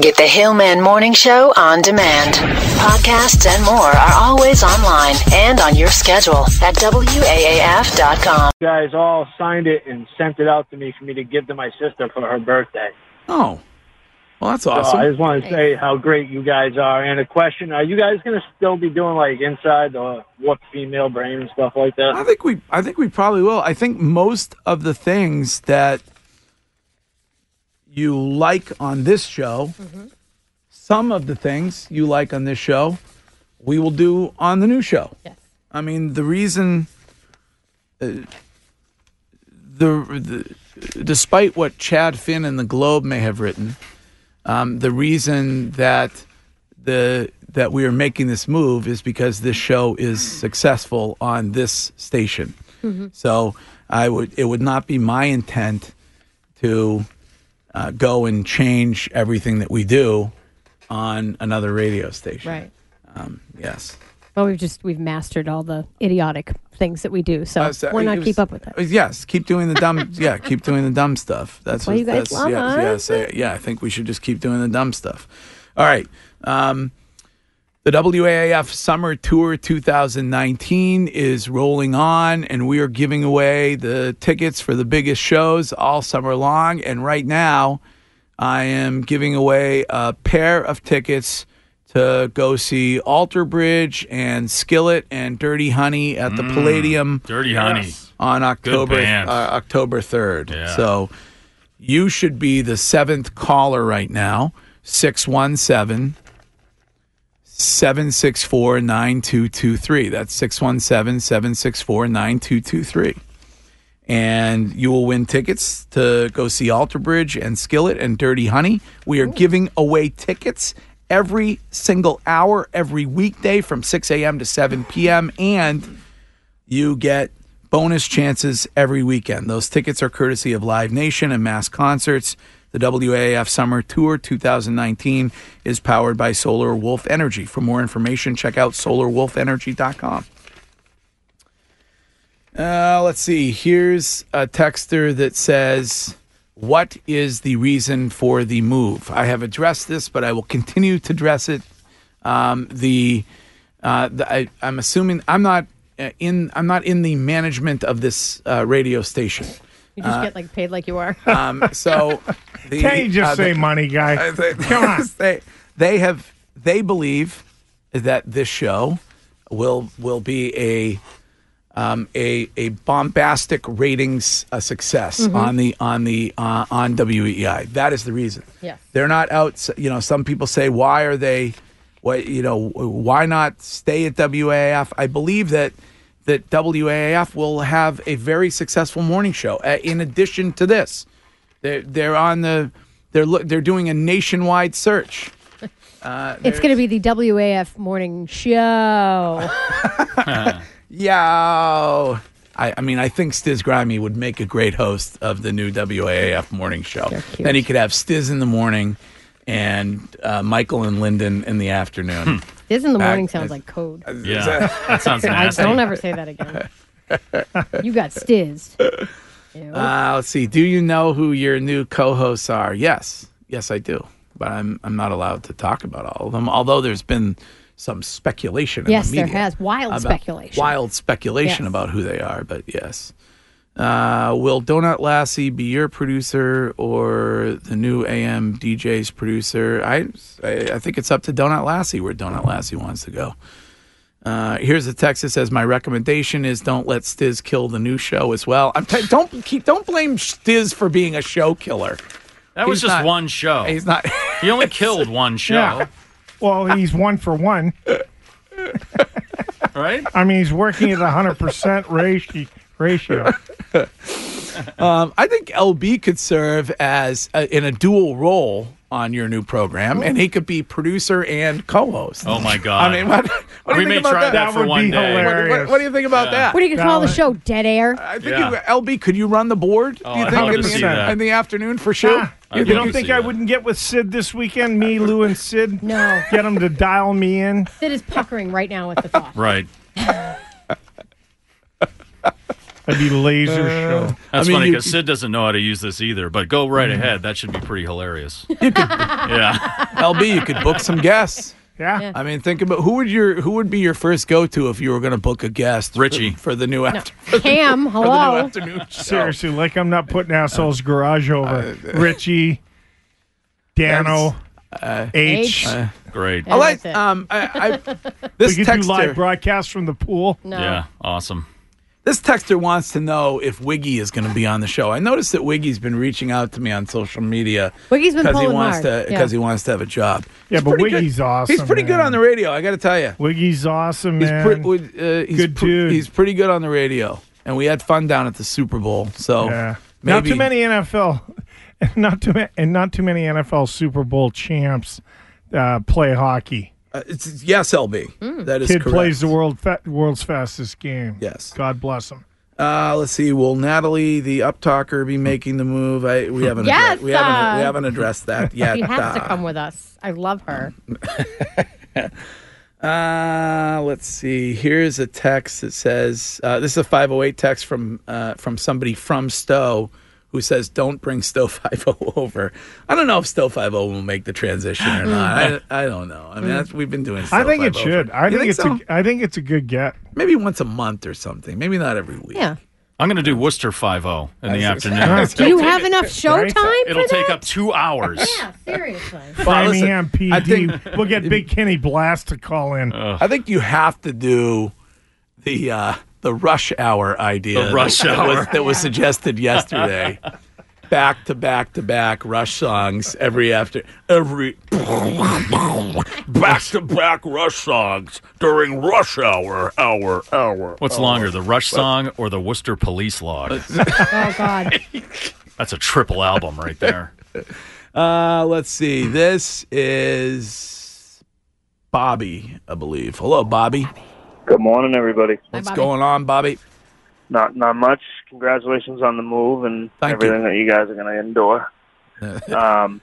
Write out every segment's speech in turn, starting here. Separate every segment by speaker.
Speaker 1: Get the Hillman Morning Show on demand. Podcasts and more are always online and on your schedule at WAAF.com.
Speaker 2: guys all signed it and sent it out to me for me to give to my sister for her birthday.
Speaker 3: Oh, well, that's
Speaker 2: So
Speaker 3: awesome.
Speaker 2: I just want to say how great you guys are. And a question: Are you guys going to still be doing like inside the what female brain and stuff like
Speaker 3: I
Speaker 2: that?
Speaker 3: think we I think we probably will. I think most of the things that you like on this show, some of the things you like on this show, we will do on the new show. Yes. I mean, the reason uh, the, the despite what Chad Finn and the Globe may have written, um, the reason that the that we are making this move is because this show is successful on this station.
Speaker 4: Mm-hmm.
Speaker 3: So I would it would not be my intent to uh, go and change everything that we do on another radio station.
Speaker 4: Right.
Speaker 3: Um, yes.
Speaker 4: Well, we've just we've mastered all the idiotic things that we do, so
Speaker 3: Uh, so
Speaker 4: why
Speaker 3: it
Speaker 4: not
Speaker 3: was-
Speaker 4: keep up with it?
Speaker 3: Yes, keep doing the dumb. yeah, keep doing the dumb stuff. That's,
Speaker 4: why
Speaker 3: what-
Speaker 4: you guys
Speaker 3: that's,
Speaker 4: love
Speaker 3: yeah, yes,
Speaker 4: us.
Speaker 3: I- yeah. I think we should just keep doing the dumb stuff. All right. Um, the WAAF Summer Tour 2019 is rolling on, and we are giving away the tickets for the biggest shows all summer long. And right now, I am giving away a pair of tickets to go see Alter Bridge and Skillet and Dirty Honey at the Palladium
Speaker 5: Mm. Dirty honey.
Speaker 3: on October
Speaker 5: band.
Speaker 3: uh, October 3rd.
Speaker 5: Yeah.
Speaker 3: So you should be the seventh caller right now 617 764 9223. That's 617 764 9223. And you will win tickets to go see Alter Bridge and Skillet and Dirty Honey. We are giving away tickets every single hour, every weekday from 6 a.m. to 7 p.m. And you get bonus chances every weekend. Those tickets are courtesy of Live Nation and Mass Concerts. The WAAF Summer Tour 2019 is powered by Solar Wolf Energy. For more information, check out solarwolfenergy.com. Uh, let's see. Here's a texter that says, What is the reason for the move? I have addressed this, but I will continue to address it. Um, the uh, the, I, I'm assuming I'm not uh, in. I'm not in the management of this uh, radio station.
Speaker 4: You
Speaker 3: uh,
Speaker 4: just get like paid like you are.
Speaker 3: Um, so, the,
Speaker 6: Can't you just
Speaker 3: uh,
Speaker 6: say
Speaker 3: the-
Speaker 6: money, guy?
Speaker 3: uh, they,
Speaker 6: Come on.
Speaker 3: They, they have. They believe that this show will will be a um, a a bombastic ratings uh, success
Speaker 6: Mm-hmm.
Speaker 3: on the on the uh, on WEI. That is the reason.
Speaker 4: Yes.
Speaker 3: they're not out. You know, some people say, why are they? What you know? Why not stay at WAF? I believe that that WAF will have a very successful morning show. Uh, in addition to this, they're they're on the they're look they're doing a nationwide search.
Speaker 4: it's going to be the WAF morning show.
Speaker 3: Yo. I, I mean, I think Stiz Grimy would make a great host of the new WAAF morning show.
Speaker 4: cute.
Speaker 3: Then he could have Stiz in the morning and uh, Michael and Lyndon in the afternoon.
Speaker 4: This Hmm. in the morning
Speaker 3: Back-
Speaker 4: sounds like code.
Speaker 5: Yeah. that sounds
Speaker 4: I
Speaker 5: nasty.
Speaker 4: don't ever say that again. you got stiz. Ew.
Speaker 3: Uh, let's see. Do you know who your new co-hosts are? Yes, yes, I do. But I'm I'm not allowed to talk about all of them. Although there's been some speculation.
Speaker 4: Yes,
Speaker 3: in the
Speaker 4: there
Speaker 3: media
Speaker 4: has. Wild
Speaker 3: about-
Speaker 4: speculation.
Speaker 3: Wild speculation
Speaker 4: Yes.
Speaker 3: about who they are. But yes. Uh, will Donut Lassie be your producer or the new AM DJ's producer? I, I I think it's up to Donut Lassie where Donut Lassie wants to go. Uh, here's a text that says, "My recommendation is don't let Stiz kill the new show as well." I'm t- don't keep, don't blame Stiz for being a show killer.
Speaker 5: That was
Speaker 3: He's
Speaker 5: just
Speaker 3: not-
Speaker 5: one show.
Speaker 3: He's not.
Speaker 5: He only killed one show,
Speaker 6: Yeah. Well, he's one for one.
Speaker 5: right?
Speaker 6: I mean, he's working at a hundred percent ratio. Ratio.
Speaker 3: um, I think LB could serve as a, in a dual role on your new program, and he could be producer and co-host.
Speaker 5: Oh my
Speaker 3: I
Speaker 5: god!
Speaker 3: mean, what, what do
Speaker 5: we
Speaker 3: you
Speaker 5: may
Speaker 3: think about
Speaker 5: try that,
Speaker 3: that?
Speaker 6: That
Speaker 5: for
Speaker 6: would
Speaker 5: one
Speaker 6: be
Speaker 5: day.
Speaker 3: What,
Speaker 6: hilarious.
Speaker 3: what- what do you think about that?
Speaker 4: What are you gonna call the
Speaker 6: Valid.
Speaker 4: show? Dead air.
Speaker 3: I think
Speaker 5: Yeah.
Speaker 3: you, LB, could you run the board?
Speaker 5: Oh,
Speaker 3: do you
Speaker 5: I'd
Speaker 3: think
Speaker 5: love
Speaker 3: in
Speaker 5: to
Speaker 3: the,
Speaker 5: see that.
Speaker 3: in the afternoon for sure?
Speaker 6: Ah,
Speaker 5: I'd
Speaker 3: you
Speaker 6: You
Speaker 5: love
Speaker 6: don't
Speaker 5: to
Speaker 6: think
Speaker 5: see
Speaker 6: I
Speaker 5: that.
Speaker 6: wouldn't get with Sid this weekend? Me, Lou, and Sid?
Speaker 4: No.
Speaker 6: Get him to dial me in?
Speaker 4: Sid is puckering right now at the thought.
Speaker 5: right.
Speaker 6: That'd be laser show.
Speaker 5: That's
Speaker 3: I mean,
Speaker 5: funny
Speaker 3: you- Mm.
Speaker 5: because Sid doesn't know how to use this either. But go right ahead. That should be pretty hilarious. yeah.
Speaker 3: LB, you could book some guests.
Speaker 6: Yeah.
Speaker 3: I mean, think about who would your who would be your first go to if you were going to book a guest? for-
Speaker 5: Richie.
Speaker 3: for, the new after,
Speaker 4: Cam,
Speaker 3: for the new
Speaker 4: hello.
Speaker 3: afternoon show.
Speaker 6: Seriously, like I'm not putting assholes garage over.
Speaker 3: Uh,
Speaker 6: Richie, Dano, H.
Speaker 4: H.
Speaker 5: Great.
Speaker 3: uh, I like
Speaker 4: That's it.
Speaker 3: um I, I this
Speaker 6: we could do live
Speaker 3: texter
Speaker 6: broadcasts from the pool.
Speaker 4: No.
Speaker 5: Yeah. Awesome.
Speaker 3: this texter wants to know if Wiggy is going to be on the show. I noticed that Wiggy's been reaching out to me on social media
Speaker 4: Wiggy's been
Speaker 3: he
Speaker 4: pulling
Speaker 3: wants
Speaker 4: hard.
Speaker 3: to
Speaker 4: Yeah.
Speaker 3: because he wants to have a job.
Speaker 6: Yeah, but
Speaker 3: pretty
Speaker 6: Wiggy's
Speaker 3: good.
Speaker 6: awesome,
Speaker 3: He's pretty good
Speaker 6: man.
Speaker 3: on the radio. I got to tell you,
Speaker 6: Wiggy's awesome,
Speaker 3: he's
Speaker 6: man.
Speaker 3: pretty uh, he's
Speaker 6: Good
Speaker 3: pre-
Speaker 6: dude.
Speaker 3: He's pretty good on the radio, and we had fun down at the Super Bowl. So
Speaker 6: yeah.
Speaker 3: maybe,
Speaker 6: Not too many NFL, not too ma- and not too many NFL Super Bowl champs uh, play hockey.
Speaker 3: Uh, it's, it's- yes, LB,
Speaker 4: Mm.
Speaker 3: that is
Speaker 6: Kid
Speaker 3: correct.
Speaker 6: plays the world fa- world's fastest game.
Speaker 3: Yes.
Speaker 6: God bless him.
Speaker 3: Uh, let's see. Will Natalie, the uptalker, be making the move? I we haven't
Speaker 4: Yes,
Speaker 3: addre- we haven't
Speaker 4: uh,
Speaker 3: we haven't addressed that yet.
Speaker 4: She has to
Speaker 3: Uh,
Speaker 4: come with us. I love her.
Speaker 3: Uh, let's see. Here's a text that says uh, this is a 508 text from uh, from somebody from Stowe who says don't bring Stowe 50 over. I don't know if Stowe 50 will make the transition or not. I, I don't know. I mean, that's, we've been doing. Stowe
Speaker 6: I think it
Speaker 3: 50
Speaker 6: should.
Speaker 3: for-
Speaker 6: I
Speaker 3: You
Speaker 6: think, it's
Speaker 3: so?
Speaker 6: a, I think it's a good get.
Speaker 3: maybe once a month or something. Maybe not every week.
Speaker 4: Yeah.
Speaker 5: I'm gonna do Worcester five zero in the afternoon.
Speaker 6: That's
Speaker 4: Do you have enough show
Speaker 6: Right?
Speaker 4: time for
Speaker 5: It'll take
Speaker 4: that?
Speaker 5: up two hours.
Speaker 4: Yeah, seriously.
Speaker 3: Well, listen,
Speaker 6: Framingham
Speaker 3: I
Speaker 6: PD.
Speaker 3: think
Speaker 6: we'll get Big Kenny Blast to call in.
Speaker 3: I think you have to do the uh, the rush hour idea.
Speaker 5: The rush
Speaker 3: that, That was,
Speaker 5: hour.
Speaker 3: that was suggested yesterday. back to back to back rush songs every after every back to back rush songs during rush hour hour hour.
Speaker 5: What's longer, the Rush song or the Worcester Police log?
Speaker 4: Oh God.
Speaker 5: That's a triple album right there.
Speaker 3: Uh, let's see. This is Bobby, I believe. Hello, Bobby.
Speaker 7: Good morning, everybody.
Speaker 3: What's
Speaker 4: Bobby.
Speaker 3: going on, Bobby?
Speaker 7: Not not much. Congratulations on the move and
Speaker 3: Thank
Speaker 7: everything that you guys are going to endure. um,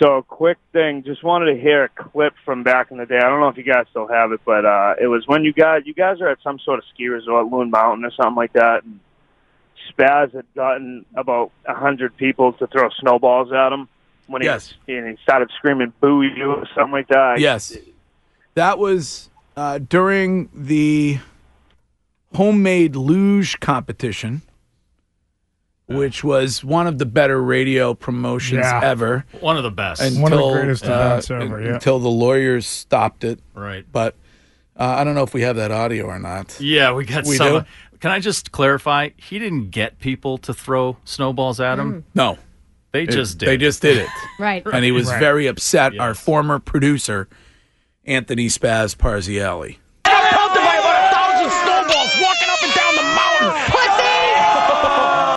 Speaker 7: so, quick thing. Just wanted to hear a clip from back in the day. I don't know if you guys still have it, but uh, it was when you guys you guys are at some sort of ski resort, Loon Mountain or something like that. And Spaz had gotten about a hundred people to throw snowballs at him when he
Speaker 3: Yes.
Speaker 7: and he started screaming "boo you" or something like that.
Speaker 3: Yes. That was uh, during the homemade luge competition, which was one of the better radio promotions
Speaker 6: Yeah.
Speaker 3: ever. uh,
Speaker 5: One of the best.
Speaker 6: One of the greatest events ever, yeah.
Speaker 3: Until the lawyers stopped it.
Speaker 5: right.
Speaker 3: But uh, I don't know if we have that audio or not.
Speaker 5: Yeah, we got
Speaker 3: We
Speaker 5: some. Can I just clarify? He didn't get people to throw snowballs at him.
Speaker 3: No.
Speaker 5: They
Speaker 3: It-
Speaker 5: just did.
Speaker 3: They just did it.
Speaker 4: Right.
Speaker 3: and he was
Speaker 6: Right.
Speaker 3: very upset. Our former producer, Anthony Spaz Parziale.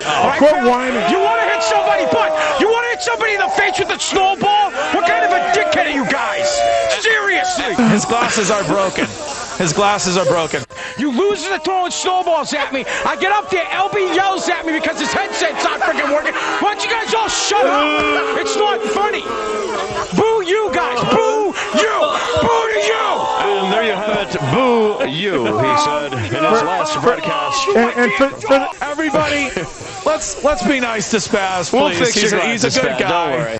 Speaker 8: Oh.
Speaker 6: Quit whining.
Speaker 8: You want to hit somebody, but you want to hit somebody in the face with a snowball? What kind of a dickhead are you guys? Seriously. His glasses are broken. His glasses are broken. You losers are throwing snowballs at me. I get up there, LB yells at me because his headset's not freaking working. Why don't you guys all shut up? It's not funny. Boo you guys. Boo you. Boo to you. And there you have it. Boo you, he said in his last broadcast.
Speaker 6: And- and for- for the-
Speaker 8: Everybody, let's let's be nice to Spaz, please. he's, a, he's a good guy.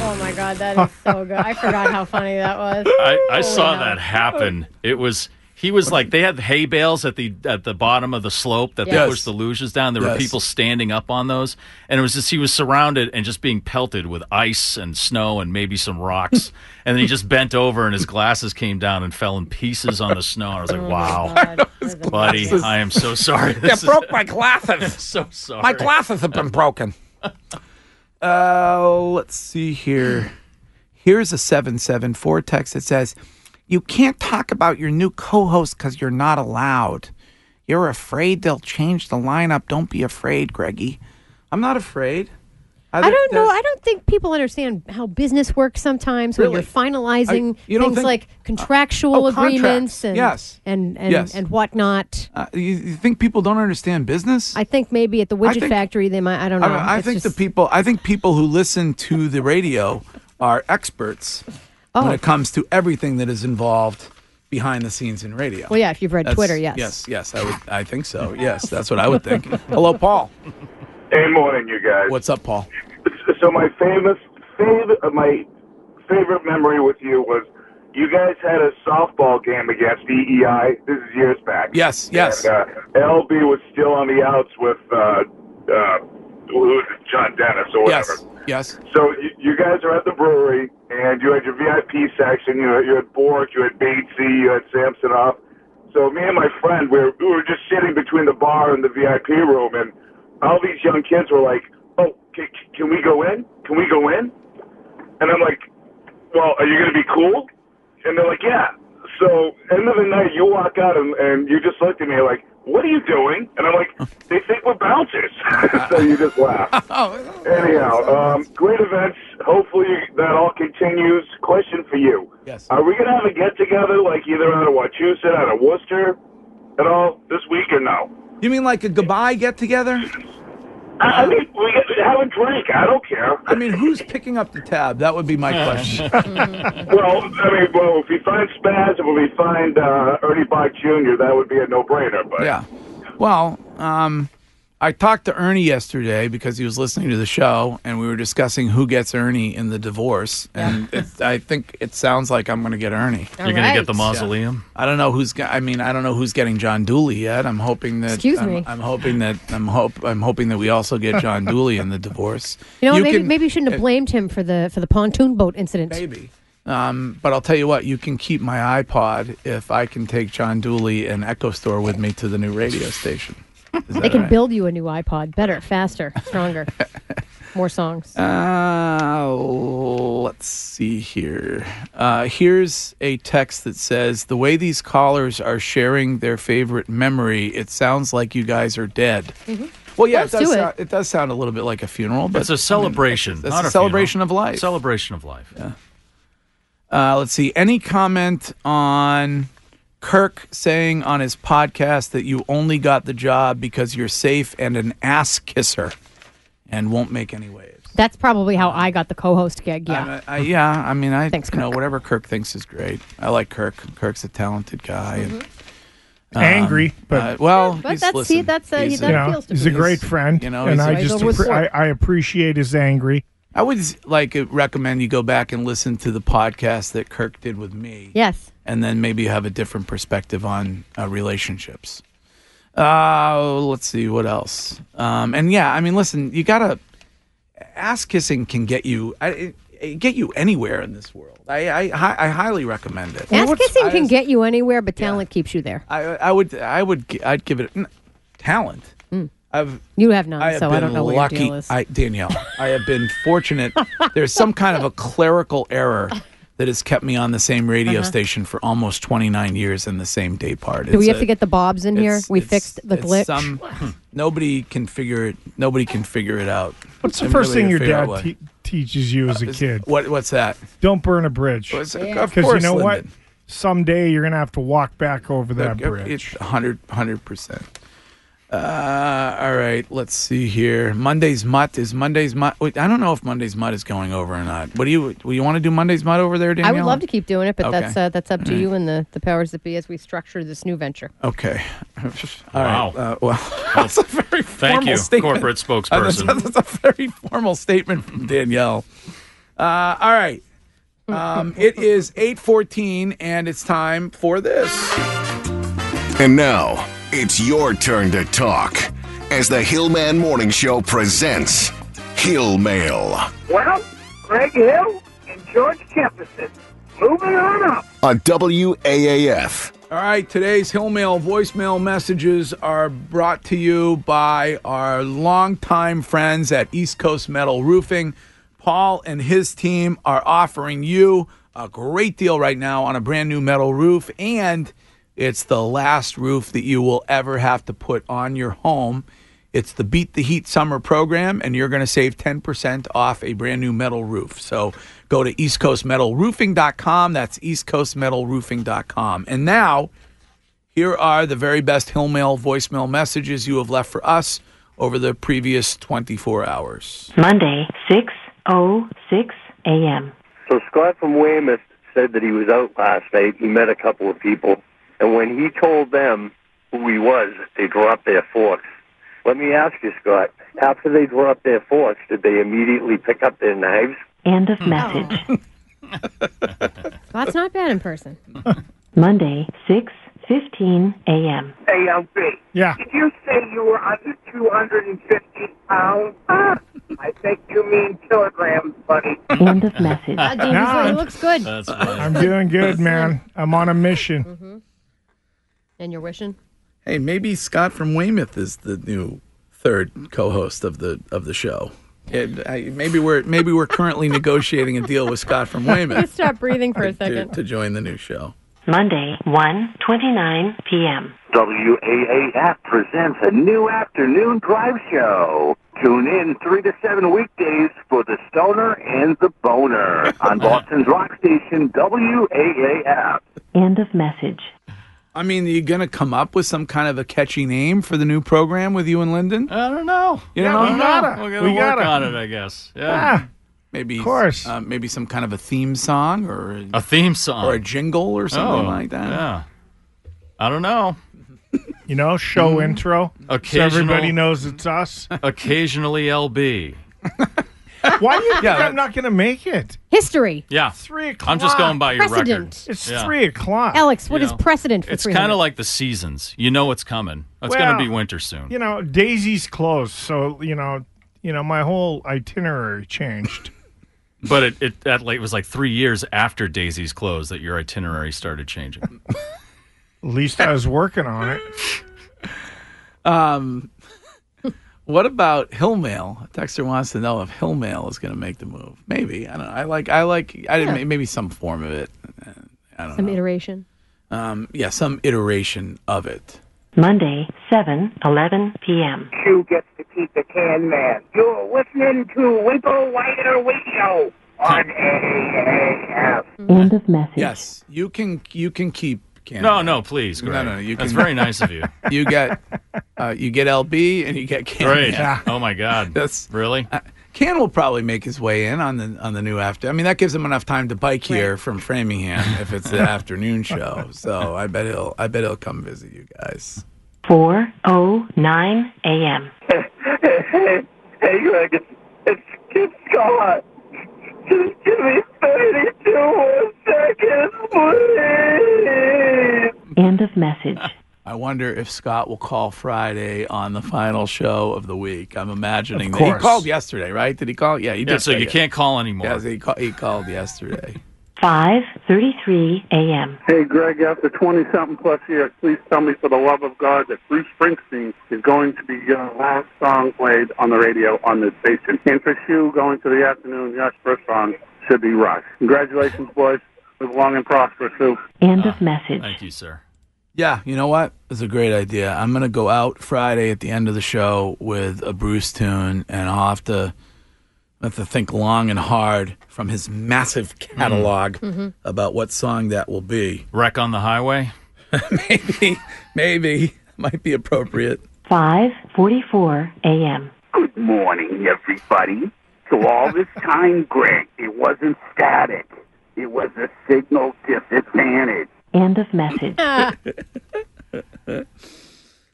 Speaker 4: Oh my God, that is so good. I forgot how funny that was.
Speaker 5: I, I
Speaker 4: Holy
Speaker 5: saw
Speaker 4: hell.
Speaker 5: that happen. It was he was like they had hay bales at the at the bottom of the slope that
Speaker 4: Yes.
Speaker 5: they pushed the luges down. There were
Speaker 3: Yes.
Speaker 5: people standing up on those, and it was just he was surrounded and just being pelted with ice and snow and maybe some rocks. and then he just bent over and his glasses came down and fell in pieces on the snow. And I was like, wow,
Speaker 4: God, that is amazing.
Speaker 5: buddy, I am so sorry. This is-
Speaker 3: my glasses.
Speaker 5: so sorry.
Speaker 3: My glasses have been broken. uh, let's see here. Here's a 774 text that says, You can't talk about your new co host because you're not allowed. You're afraid they'll change the lineup. Don't be afraid, Greggy. I'm not afraid. I
Speaker 4: I
Speaker 3: think
Speaker 4: don't know.
Speaker 3: there's-
Speaker 4: I don't think people understand how business works sometimes when
Speaker 3: Really?
Speaker 4: you're finalizing
Speaker 3: I- you don't
Speaker 4: things
Speaker 3: think- Uh,
Speaker 4: like contractual
Speaker 3: oh, contracts,
Speaker 4: agreements and,
Speaker 3: yes.
Speaker 4: and, and,
Speaker 3: Yes.
Speaker 4: and whatnot.
Speaker 3: Uh, you, you think people don't understand business?
Speaker 4: I think maybe at the
Speaker 3: I
Speaker 4: widget
Speaker 3: think-
Speaker 4: factory they might. I don't know.
Speaker 3: I, I
Speaker 4: It's
Speaker 3: think
Speaker 4: just-
Speaker 3: the people. I think people who listen to the radio are experts
Speaker 4: Oh.
Speaker 3: when it comes to everything that is involved behind the scenes in radio.
Speaker 4: Well, yeah, if you've read Twitter, yes.
Speaker 3: Yes, yes. I would. I think so. Yes, that's what I would think. Hello, Paul.
Speaker 9: Hey, morning, you guys.
Speaker 3: What's up, Paul?
Speaker 9: So my famous, fav, uh, my favorite memory with you was you guys had a softball game against EEI. This is years back.
Speaker 3: Yes, yes.
Speaker 9: And, uh, LB was still on the outs with uh, uh, who was it, John Dennis or whatever.
Speaker 3: Yes, yes.
Speaker 9: So you, you guys are at the brewery, and you had your VIP section. You had, you had Bork, you had Batesy, you had Samsonoff. So me and my friend, we were, we were just sitting between the bar and the VIP room, and all these young kids were like, "Oh, can, can we go in? Can we go in?" And I'm like, "Well, are you going to be cool?" And they're like, "Yeah." So end of the night, you walk out, and, and you just looked at me like, "What are you doing?" And I'm like, "They think we're bouncers." so you just laugh. Anyhow, um, great events. Hopefully that all continues. Question for you.
Speaker 3: Yes.
Speaker 9: Are we going to have a get together, like either out of Wachusett, out of Worcester, at all this week or no?
Speaker 3: You mean like a goodbye get together?
Speaker 9: I, I mean, we get to have a drink. I don't care.
Speaker 3: I mean, who's picking up the tab? That would be my question.
Speaker 9: Well, I mean, well, if we find Spaz and if we find uh, Ernie Bach Jr., that would be a no-brainer. But
Speaker 3: Yeah. Well, um, I talked to Ernie yesterday because he was listening to the show, and we were discussing who gets Ernie in the divorce. And it, I think it sounds like I'm going to get Ernie.
Speaker 5: You're gonna get the mausoleum.
Speaker 3: I don't know who's. go- I mean, I don't know who's getting John Dooley yet. I'm hoping that.
Speaker 4: Excuse
Speaker 3: I'm,
Speaker 4: me.
Speaker 3: I'm hoping that. I'm hope. I'm hoping that we also get John Dooley in the divorce.
Speaker 4: you know, what, maybe
Speaker 3: can- eh,
Speaker 4: maybe you shouldn't have blamed him for the for the pontoon boat incident.
Speaker 3: Maybe. Um, but I'll tell you what, you can keep my iPod if I can take John Dooley and Echo Store with me to the new radio station. Is that
Speaker 4: they can
Speaker 3: all right?
Speaker 4: build you a new iPod, better, faster, stronger, more songs.
Speaker 3: Uh, let's see here. Uh, here's a text that says The way these callers are sharing their favorite memory, it sounds like you guys are dead. Well, yeah, it
Speaker 4: Let's
Speaker 3: does,
Speaker 4: do it.
Speaker 3: sound, it does sound a little bit like a funeral, but
Speaker 5: It's a celebration.
Speaker 3: that's
Speaker 5: not funeral.
Speaker 3: a celebration of life.
Speaker 5: Celebration of life.
Speaker 3: Uh, let's see. Any comment on Kirk saying on his podcast that you only got the job because you're safe and an ass kisser and won't make any waves?
Speaker 4: That's probably how I got the co-host gig. Yeah.
Speaker 3: I, I, yeah, I mean, I
Speaker 4: Thanks,
Speaker 3: you know whatever Kirk thinks is great. I like Kirk. Kirk's a talented guy. And, um,
Speaker 6: Mm-hmm. Angry, but-
Speaker 3: uh, well,
Speaker 4: But
Speaker 3: he's-
Speaker 4: that's-
Speaker 3: listen,
Speaker 4: see, that's, uh, he-
Speaker 3: he's,
Speaker 4: that
Speaker 6: you know,
Speaker 4: feels to
Speaker 6: he's
Speaker 4: me.
Speaker 6: a great friend.
Speaker 3: You know,
Speaker 6: and
Speaker 3: he's-
Speaker 6: I
Speaker 3: He's
Speaker 6: just
Speaker 4: always
Speaker 6: appre- I,
Speaker 4: right.
Speaker 6: I appreciate his angry.
Speaker 3: I would like recommend you go back and listen to the podcast that Kirk did with me.
Speaker 4: Yes.
Speaker 3: and then maybe you have a different perspective on uh, relationships. Uh, let's see what else. Um, and yeah, I mean, listen, you gotta ass kissing can get you I, it- it get you anywhere in this world. I I, hi- I highly recommend it.
Speaker 4: Ass kissing
Speaker 3: I
Speaker 4: can
Speaker 3: just-
Speaker 4: get you anywhere, but talent keeps you there.
Speaker 3: I I would I would gi- I'd give it n- talent. I've
Speaker 4: Mm. You have none,
Speaker 3: I have
Speaker 4: so
Speaker 3: been
Speaker 4: I don't know
Speaker 3: lucky.
Speaker 4: what your deal is.
Speaker 3: I, Danielle, I have been fortunate. There's some kind of a clerical error that has kept me on the same radio station for almost 29 years in the same day part.
Speaker 4: Uh-huh. Do we have to get the bobs in here?
Speaker 3: it's-
Speaker 4: We
Speaker 3: it's-
Speaker 4: fixed the
Speaker 3: it's
Speaker 4: glitch.
Speaker 3: some- hmm, nobody can figure it. Nobody can figure it out.
Speaker 6: What's the
Speaker 3: I'm
Speaker 6: first
Speaker 3: really
Speaker 6: thing
Speaker 3: gonna
Speaker 6: your
Speaker 3: figure out
Speaker 6: dad
Speaker 3: what-
Speaker 6: te- teaches you as a kid?
Speaker 3: What? What's that?
Speaker 6: Don't burn a bridge.
Speaker 3: What's-
Speaker 6: Because
Speaker 3: Of course,
Speaker 6: you know what?
Speaker 3: Lyndon.
Speaker 6: Someday you're going to have to walk back over that
Speaker 3: Yep, yep,
Speaker 6: bridge.
Speaker 3: It's 100 percent. Uh, all right, let's see here. Monday's mutt is Monday's mutt. Wait, I don't know if Monday's mutt is going over or not. What do you? Do you want to do Monday's mutt over there,
Speaker 4: I
Speaker 3: Danielle?
Speaker 4: would love to keep doing it, but
Speaker 3: Okay.
Speaker 4: that's uh, that's up to you and the, the powers that be as we structure this new venture.
Speaker 3: Okay. All
Speaker 5: Wow.
Speaker 3: right, Uh, well, that's a very
Speaker 5: Thank
Speaker 3: formal
Speaker 5: you,
Speaker 3: statement.
Speaker 5: corporate
Speaker 3: Uh, that's-
Speaker 5: spokesperson.
Speaker 3: that's, a very formal statement from Danielle. Uh, all right. Um, it is 8:14, and it's time for this.
Speaker 10: And now it's your turn to talk as the Hillman Morning Show presents Hill Mail.
Speaker 11: Well, Greg Hill and George Jefferson. Moving on up.
Speaker 10: on WAAF.
Speaker 3: All right, today's Hill Mail voicemail messages are brought to you by our longtime friends at East Coast Metal Roofing. Paul and his team are offering you a great deal right now on a brand new metal roof, and it's the last roof that you will ever have to put on your home. It's the Beat the Heat Summer Program, and you're going to save 10% off a brand new metal roof. So go to eastcoastmetalroofing.com. That's eastcoastmetalroofing.com. And now, here are the very best Hillmail voicemail messages you have left for us over the previous 24 hours.
Speaker 12: Monday, 6.06 a.m.
Speaker 13: So Scott from Weymouth said that he was out last night. He met a couple of people, and when he told them who he was, they dropped their forks. Let me ask you, Scott. After they dropped their forks, did they immediately pick up their knives?
Speaker 12: End
Speaker 4: Hmm.
Speaker 12: of message.
Speaker 4: Well, that's not bad in person.
Speaker 12: Monday, 6.15 a.m.
Speaker 11: ALB.
Speaker 6: Yeah.
Speaker 11: Did you say you were under 250 pounds? Ah, I think you mean kilograms, buddy.
Speaker 12: End of message.
Speaker 4: Uh, Dean, this
Speaker 6: Nah.
Speaker 4: one looks good.
Speaker 6: I'm doing good, man. I'm on a mission.
Speaker 4: Mm-hmm. And you're wishing?
Speaker 3: Hey, maybe Scott from Weymouth is the new third co-host of the of the show. It, I, maybe we're maybe we're currently negotiating a deal with Scott from
Speaker 4: Just
Speaker 3: Weymouth
Speaker 4: stop breathing for a
Speaker 3: to,
Speaker 4: second.
Speaker 3: to join the new show.
Speaker 12: Monday, 1.29 p.m.
Speaker 9: WAAF presents a new afternoon drive show. Tune in 3 to 7 weekdays for the stoner and the boner on Boston's rock station WAAF.
Speaker 12: End of message.
Speaker 3: I mean, are you going to come up with some kind of a catchy name for the new program with you and Lyndon?
Speaker 5: I don't know.
Speaker 3: You
Speaker 5: Yeah,
Speaker 3: know,
Speaker 5: we gotta- We're gonna we work gotta. on it, I guess. Yeah.
Speaker 3: Maybe, of course. Uh, maybe some kind of a theme song or a
Speaker 5: theme song Oh,
Speaker 3: or a jingle or something Oh, like that.
Speaker 5: Yeah. I don't know.
Speaker 6: You know, show
Speaker 3: Mm-hmm.
Speaker 6: intro. So
Speaker 5: Occasional-
Speaker 6: everybody knows it's us.
Speaker 5: Occasionally LB.
Speaker 6: Why do you think
Speaker 5: Yeah,
Speaker 6: I'm not going to make it?
Speaker 4: History.
Speaker 5: Yeah.
Speaker 6: Three o'clock.
Speaker 5: I'm just going by your
Speaker 4: Precedent.
Speaker 5: record.
Speaker 6: It's three o'clock.
Speaker 4: Alex, what
Speaker 5: You
Speaker 4: is
Speaker 5: know,
Speaker 4: precedent for
Speaker 5: It's
Speaker 4: 300?
Speaker 5: kind of like the seasons. You know it's coming. It's
Speaker 6: Well,
Speaker 5: going to be winter soon.
Speaker 6: You know, Daisy's closed, so you know, you know, my whole itinerary changed.
Speaker 5: But it, it that late was like three years after Daisy's close that your itinerary started changing.
Speaker 6: At least I was working on it.
Speaker 3: Um, what about Hillmail? Dexter wants to know if Hillmail is going to make the move. Maybe I don't. know. I like. I like. I
Speaker 4: Yeah.
Speaker 3: may maybe some form of it. Uh, I don't
Speaker 4: Some
Speaker 3: know.
Speaker 4: iteration.
Speaker 3: um, yeah, some iteration of it.
Speaker 12: Monday, 7.11 p.m.
Speaker 11: Q gets to keep the can man. You're listening to Winkle Whiter Radio on AAF.
Speaker 12: End of message.
Speaker 3: Yes, you can. You can keep. Can
Speaker 5: no, no, please, Greg.
Speaker 3: No, no, you
Speaker 5: That's
Speaker 3: can-
Speaker 5: very nice of you.
Speaker 3: You get. Uh, you get LB and you get Can.
Speaker 5: Great.
Speaker 3: Yeah.
Speaker 5: Oh my God.
Speaker 3: That's uh,
Speaker 5: really.
Speaker 3: Can will probably make his way in on the on the new after. I mean, that gives him enough time to bike here from Framingham if it's the afternoon show. So I bet he'll I bet he'll come visit you guys.
Speaker 12: 4.09 a.m.
Speaker 11: hey, Greg, it's, it's, it's Scott. Just give me 32 more seconds, please.
Speaker 12: End of message.
Speaker 3: I wonder if Scott will call Friday on the final show of the week. I'm imagining
Speaker 6: Of
Speaker 3: that he
Speaker 6: course.
Speaker 3: called yesterday, right? Did he call? Yeah, he did.
Speaker 5: Yeah, so
Speaker 3: say
Speaker 5: you
Speaker 3: it.
Speaker 5: can't call anymore.
Speaker 3: Yeah, so he, call, he called yesterday.
Speaker 12: 5.33 a.m.
Speaker 9: Hey, Greg, after 20 something plus years, please tell me for the love of God that Bruce Springsteen is going to be your last song played on the radio on this station. And for you, going to the afternoon, your first song should be Rush. Congratulations, boys. Live long and prosper, too.
Speaker 12: End of message.
Speaker 5: Ah, Thank you, sir.
Speaker 3: yeah, you know what? It's a great idea. I'm going to go out Friday at the end of the show with a Bruce tune, and I'll have to I'll have to think long and hard from his massive catalog about what song that will be.
Speaker 5: Hmm. Wreck on the highway.
Speaker 3: maybe, maybe might be appropriate.
Speaker 12: 5.44 a.m.
Speaker 11: Good morning, everybody. So all this time, Greg, it wasn't static. It was a signal disadvantage.
Speaker 12: End of message.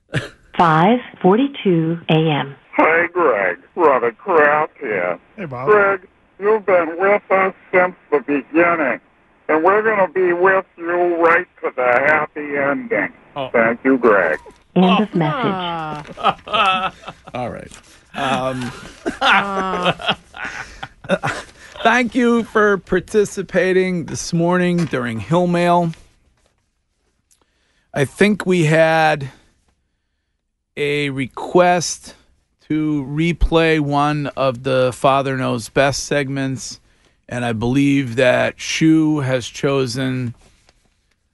Speaker 12: 5.42 a.m.
Speaker 9: Hey, Greg. Brother Kraft here.
Speaker 6: Hey, Bob.
Speaker 9: Greg, you've been with us since the beginning, and we're going to be with you right to the happy ending.
Speaker 6: Oh.
Speaker 9: Thank you, Greg.
Speaker 12: End of message.
Speaker 3: All right. Um, thank you for participating this morning during Hill Mail. I think we had a request to replay one of the Father Knows Best segments, and I believe that Shu has chosen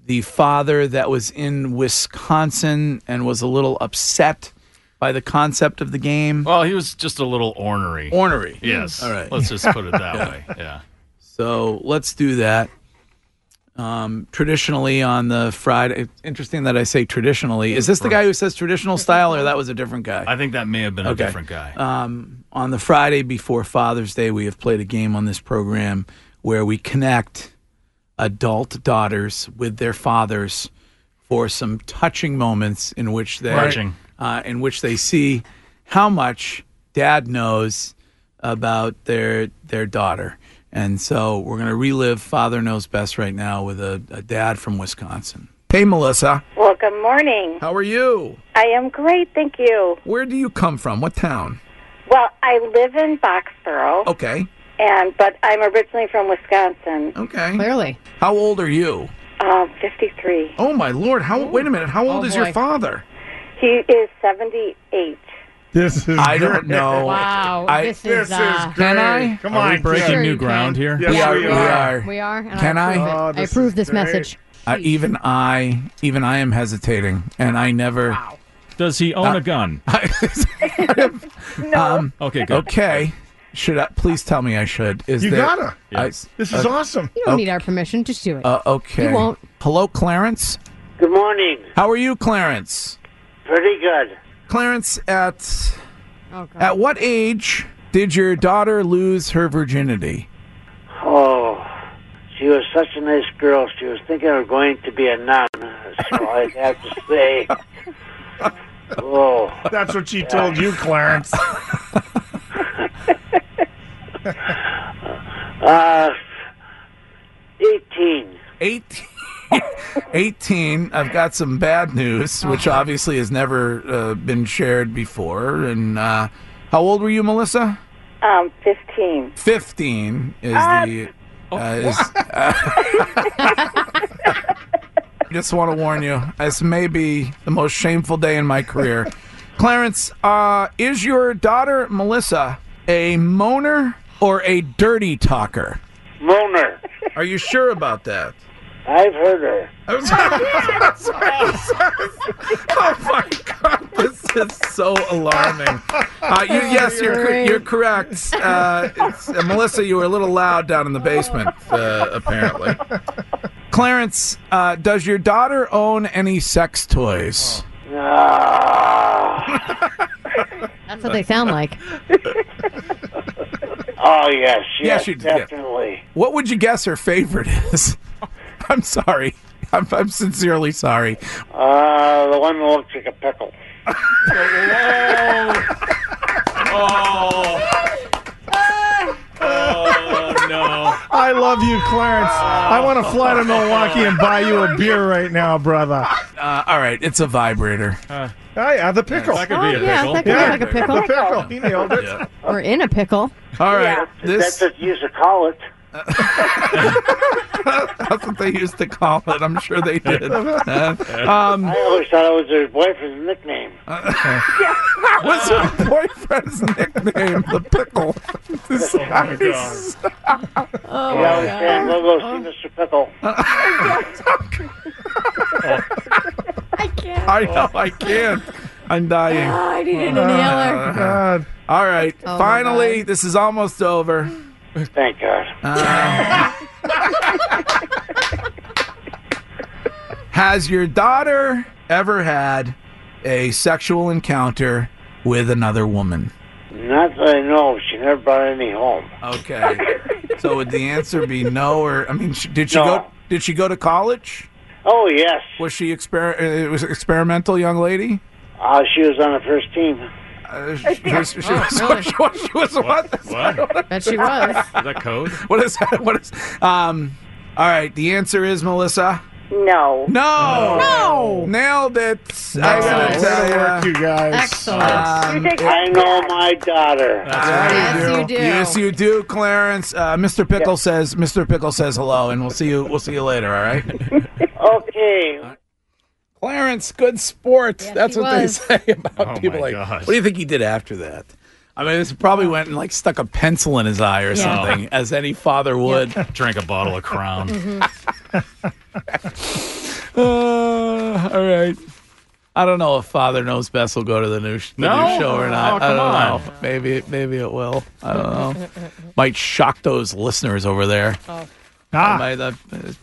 Speaker 3: the father that was in Wisconsin and was a little upset by the concept of the game?
Speaker 5: Well, he was just a little ornery.
Speaker 3: Ornery.
Speaker 5: Yes.
Speaker 3: All right.
Speaker 5: Let's just put it that
Speaker 3: Yeah.
Speaker 5: way. Yeah.
Speaker 3: So let's do that. Um, traditionally on the Friday, it's interesting that I say traditionally. Is this the guy who says traditional style, or that was a different guy?
Speaker 5: I think that may have been a different guy.
Speaker 3: Um, on the Friday before Father's Day, we have played a game on this program where we connect adult daughters with their fathers for some touching moments in which they
Speaker 5: Touching.
Speaker 3: uh, in which they see how much dad knows about their their daughter. And so we're going to relive Father Knows Best right now with a, a dad from Wisconsin. Hey, Melissa.
Speaker 14: Well, good morning.
Speaker 3: How are you?
Speaker 14: I am great, thank you.
Speaker 3: Where do you come from? What town?
Speaker 14: Well, I live in Boxborough,
Speaker 3: Okay.
Speaker 14: and but I'm originally from Wisconsin.
Speaker 3: Okay.
Speaker 4: Clearly.
Speaker 3: How old are you?
Speaker 14: Um, 53.
Speaker 3: Oh my lord! How wait a minute? How old
Speaker 14: Oh,
Speaker 3: is your
Speaker 14: boy.
Speaker 3: father?
Speaker 14: He is 78.
Speaker 3: This is I don't know.
Speaker 4: Wow,
Speaker 3: I,
Speaker 4: this is, This is uh,
Speaker 3: can I?
Speaker 4: Come Are we on, breaking Sure new you can. ground here? Yes,
Speaker 3: we are.
Speaker 4: we
Speaker 3: We
Speaker 4: are.
Speaker 3: are.
Speaker 4: We are, and I
Speaker 3: can I?
Speaker 4: approve it. Oh, I this approve is this great. message.
Speaker 3: Uh, even I, even I am hesitating, and I never.
Speaker 5: Does he own a gun?
Speaker 3: no. Um,
Speaker 5: okay.
Speaker 3: Good. Okay. Should I? Please tell me I should. Is
Speaker 4: You
Speaker 3: there-
Speaker 4: gotta.
Speaker 3: I-
Speaker 4: This
Speaker 3: uh,
Speaker 4: You don't
Speaker 3: o-
Speaker 4: need our permission. Just do it.
Speaker 3: uh, okay.
Speaker 4: You won't.
Speaker 3: Hello, Clarence.
Speaker 15: Good morning.
Speaker 3: How are you, Clarence?
Speaker 15: Pretty good.
Speaker 3: Clarence, at
Speaker 4: Oh,
Speaker 3: at what age did your daughter lose her virginity?
Speaker 15: Oh, she was such a nice girl. She was thinking of going to be a nun. So I'd have to say, oh.
Speaker 6: That's what she told you, Clarence.
Speaker 15: Uh, 18.
Speaker 3: 18. 18. I've got some bad news, which obviously has never uh, been shared before. And uh, how old were you, Melissa?
Speaker 14: Um, 15.
Speaker 3: 15 is
Speaker 14: Ah.
Speaker 3: the. Uh, is, just want to warn you, this may be the most shameful day in my career. Clarence, uh, is your daughter, Melissa, a moaner or a dirty talker?
Speaker 15: Moaner.
Speaker 3: Are you sure about that?
Speaker 15: I've heard her.
Speaker 3: oh my god, this is so alarming. Uh, you,
Speaker 11: Oh,
Speaker 3: yes, you're cor- you're correct. Uh, it's, uh, Melissa, you were a little loud down in the basement, uh, apparently. Clarence, uh, does your daughter own any sex toys?
Speaker 15: Ah.
Speaker 4: That's what they sound like.
Speaker 15: Oh, yes.
Speaker 3: Yes,
Speaker 15: Yes,
Speaker 3: you- yeah.
Speaker 15: definitely.
Speaker 3: What would you guess her favorite is? I'm sorry. I'm, I'm sincerely sorry.
Speaker 15: Uh, the one that looks like a pickle.
Speaker 5: oh.
Speaker 6: oh
Speaker 5: no!
Speaker 6: I love you, Clarence.
Speaker 5: Ah.
Speaker 6: I want to fly to Milwaukee and buy you a beer right now, brother.
Speaker 3: Uh, all right, it's a vibrator.
Speaker 6: Oh yeah, the pickle.
Speaker 3: That could be a
Speaker 4: yeah, pickle. that could be like a pickle.
Speaker 6: The pickle. He nailed it.
Speaker 4: We're in a pickle.
Speaker 3: All right,
Speaker 15: That's what you used to call it.
Speaker 3: That's what they used to call it. I'm sure they did. Uh,
Speaker 15: I always thought it was her boyfriend's nickname.
Speaker 3: What's her boyfriend's nickname? The pickle.
Speaker 15: Oh, yeah, I was saying, we'll go see Mr. Pickle.
Speaker 3: Uh, I can't. I know. I can't. I'm dying.
Speaker 4: I need an
Speaker 3: Uh, all right.
Speaker 4: Oh, my
Speaker 3: Finally, this is almost over. Uh,
Speaker 15: Thank God.
Speaker 3: Has your daughter ever had a sexual encounter with another woman?
Speaker 15: Not that I know. of. She never brought any home.
Speaker 3: Okay. So would the answer be no? Or I mean, sh- did she go? Did she go to college?
Speaker 15: Oh yes.
Speaker 3: Was she exper? uh, It was experimental young lady.
Speaker 15: Uh, she was on the first team.
Speaker 3: Uh, she, she was, she was- she was- she was Oh, what?
Speaker 15: What?
Speaker 4: Bet she was. Is
Speaker 5: that code?
Speaker 3: What is that? What is? Um. All right. The answer is Melissa.
Speaker 14: No.
Speaker 3: No.
Speaker 14: No.
Speaker 3: Nailed it. I
Speaker 6: Excellent.
Speaker 3: gotta
Speaker 6: Way to
Speaker 3: tell Um,
Speaker 6: work,
Speaker 3: you
Speaker 6: guys.
Speaker 3: Excellent.
Speaker 15: I know my daughter.
Speaker 3: yes, you do. Yes, you do, Clarence. Uh, Mr. Pickle says. Mr. Pickle says hello, and we'll see you. We'll see you later. All right.
Speaker 15: Okay.
Speaker 3: Clarence, good sport. That's
Speaker 15: she
Speaker 3: what
Speaker 15: was.
Speaker 3: they say about
Speaker 5: Oh,
Speaker 3: people.
Speaker 5: my
Speaker 3: Like,
Speaker 5: gosh.
Speaker 3: what do you think he did after that? I mean, this probably went and like stuck a pencil in his eye or
Speaker 5: Yeah.
Speaker 3: something, as any father would.
Speaker 5: Drank a bottle of Mm-hmm. Crown.
Speaker 3: Uh, all right. I don't know if Father Knows Best will go to the new, sh- the
Speaker 5: No?
Speaker 3: new show or
Speaker 5: Oh,
Speaker 3: not. I
Speaker 5: come
Speaker 3: don't
Speaker 5: on.
Speaker 3: know. Maybe it, maybe it will. I don't know. might shock those listeners over there.
Speaker 4: Oh.
Speaker 3: Ah. Might, that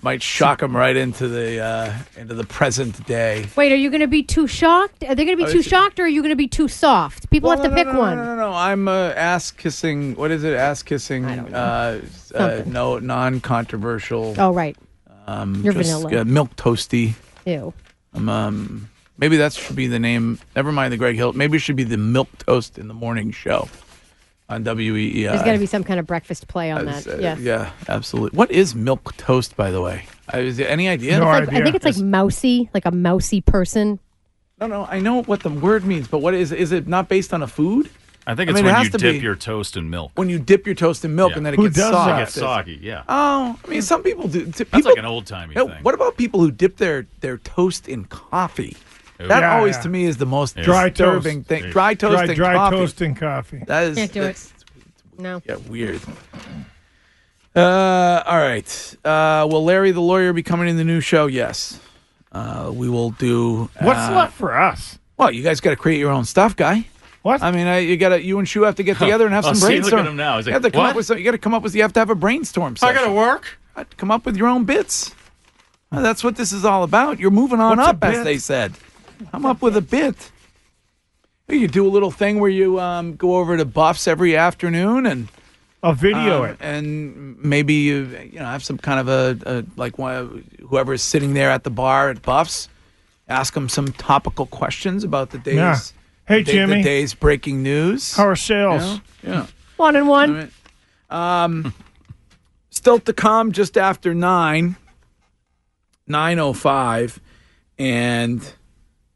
Speaker 3: might shock them right into the uh, into the present day.
Speaker 4: Wait, are you going to be too shocked? Are they going to
Speaker 3: Oh,
Speaker 4: be too
Speaker 3: it's-
Speaker 4: shocked, or are you going to be too soft? People
Speaker 3: Well,
Speaker 4: have to
Speaker 3: no, no,
Speaker 4: pick
Speaker 3: no,
Speaker 4: one.
Speaker 3: No, no, no. I'm uh, ass kissing. What is it? Ass kissing. Uh, uh,
Speaker 4: Something.
Speaker 3: no, non-controversial.
Speaker 4: Oh, right.
Speaker 3: Um,
Speaker 4: You're
Speaker 3: just,
Speaker 4: vanilla.
Speaker 3: uh, milk toasty.
Speaker 4: Ew.
Speaker 3: Um, um, maybe that should be the name. Never mind the Greg Hill. Maybe it should be the Milk Toast in the Morning Show on E WEEI.
Speaker 4: There's got to be some kind of breakfast play on
Speaker 3: That's,
Speaker 4: that.
Speaker 3: uh,
Speaker 4: yeah.
Speaker 3: Yeah, absolutely. What is milk toast, by the way? I- Is there any idea?
Speaker 4: It's like, I think it's like mousy, like a mousy person.
Speaker 3: no, no. I know what the word means, but what is? Is it not based on a food?
Speaker 5: I think
Speaker 3: I
Speaker 5: it's
Speaker 3: mean, it
Speaker 5: when
Speaker 3: has
Speaker 5: you
Speaker 3: to
Speaker 5: dip
Speaker 3: be-
Speaker 5: your toast in milk.
Speaker 3: When you dip your toast in milk and then it gets soft.
Speaker 5: It gets soggy, yeah.
Speaker 3: Oh, I mean, some people do. That's
Speaker 5: like an old-timey thing.
Speaker 3: What about people who dip their their toast in coffee?
Speaker 5: Ooh.
Speaker 3: That
Speaker 5: Yeah,
Speaker 3: always,
Speaker 5: yeah.
Speaker 3: to me, is the most
Speaker 6: Dry
Speaker 3: disturbing
Speaker 6: toast.
Speaker 3: thing. Dry toast
Speaker 6: dry,
Speaker 3: and
Speaker 6: dry
Speaker 3: coffee.
Speaker 6: toast and coffee.
Speaker 3: That is-
Speaker 4: Can't do it.
Speaker 3: that's-
Speaker 4: No.
Speaker 3: Yeah, weird. Uh, all right. Uh, will Larry the lawyer be coming in the new show? Yes. Uh, we will do.
Speaker 6: What's
Speaker 3: uh,
Speaker 6: left for us?
Speaker 3: Well, you guys got to create your own stuff, guy.
Speaker 6: What?
Speaker 3: I mean, I, you got to you and Shu have to get together and have
Speaker 5: Oh,
Speaker 3: some
Speaker 5: see, look at
Speaker 3: brainstorm.
Speaker 5: him now. He's
Speaker 3: You
Speaker 5: like,
Speaker 3: have to come
Speaker 5: "What?"
Speaker 3: up with some, you got to come up with you have to have a
Speaker 5: I
Speaker 3: brainstorm. Session.
Speaker 5: gotta work?
Speaker 3: You have to Come up with your own bits. Uh, that's what this is all about. You're moving on
Speaker 5: What's a
Speaker 3: up, as
Speaker 5: bit?
Speaker 3: they said. I'm up with a bit. You do a little thing where you um, go over to Buffs every afternoon and
Speaker 6: I'll video
Speaker 3: um,
Speaker 6: it.
Speaker 3: and maybe you you know have some kind of a, a like one, whoever is sitting there at the bar at Buffs, ask them some topical questions about the day's
Speaker 6: Yeah. Hey,
Speaker 3: the day-
Speaker 6: Jimmy.
Speaker 3: the day's breaking news.
Speaker 6: How are sales?
Speaker 3: You know? Yeah.
Speaker 4: One and one.
Speaker 3: Um, still to come just after nine, nine oh five, and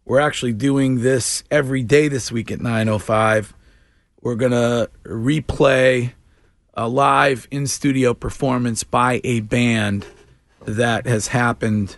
Speaker 3: we're actually doing this every day this week at nine oh five. We're gonna replay a live in studio performance by a band that has happened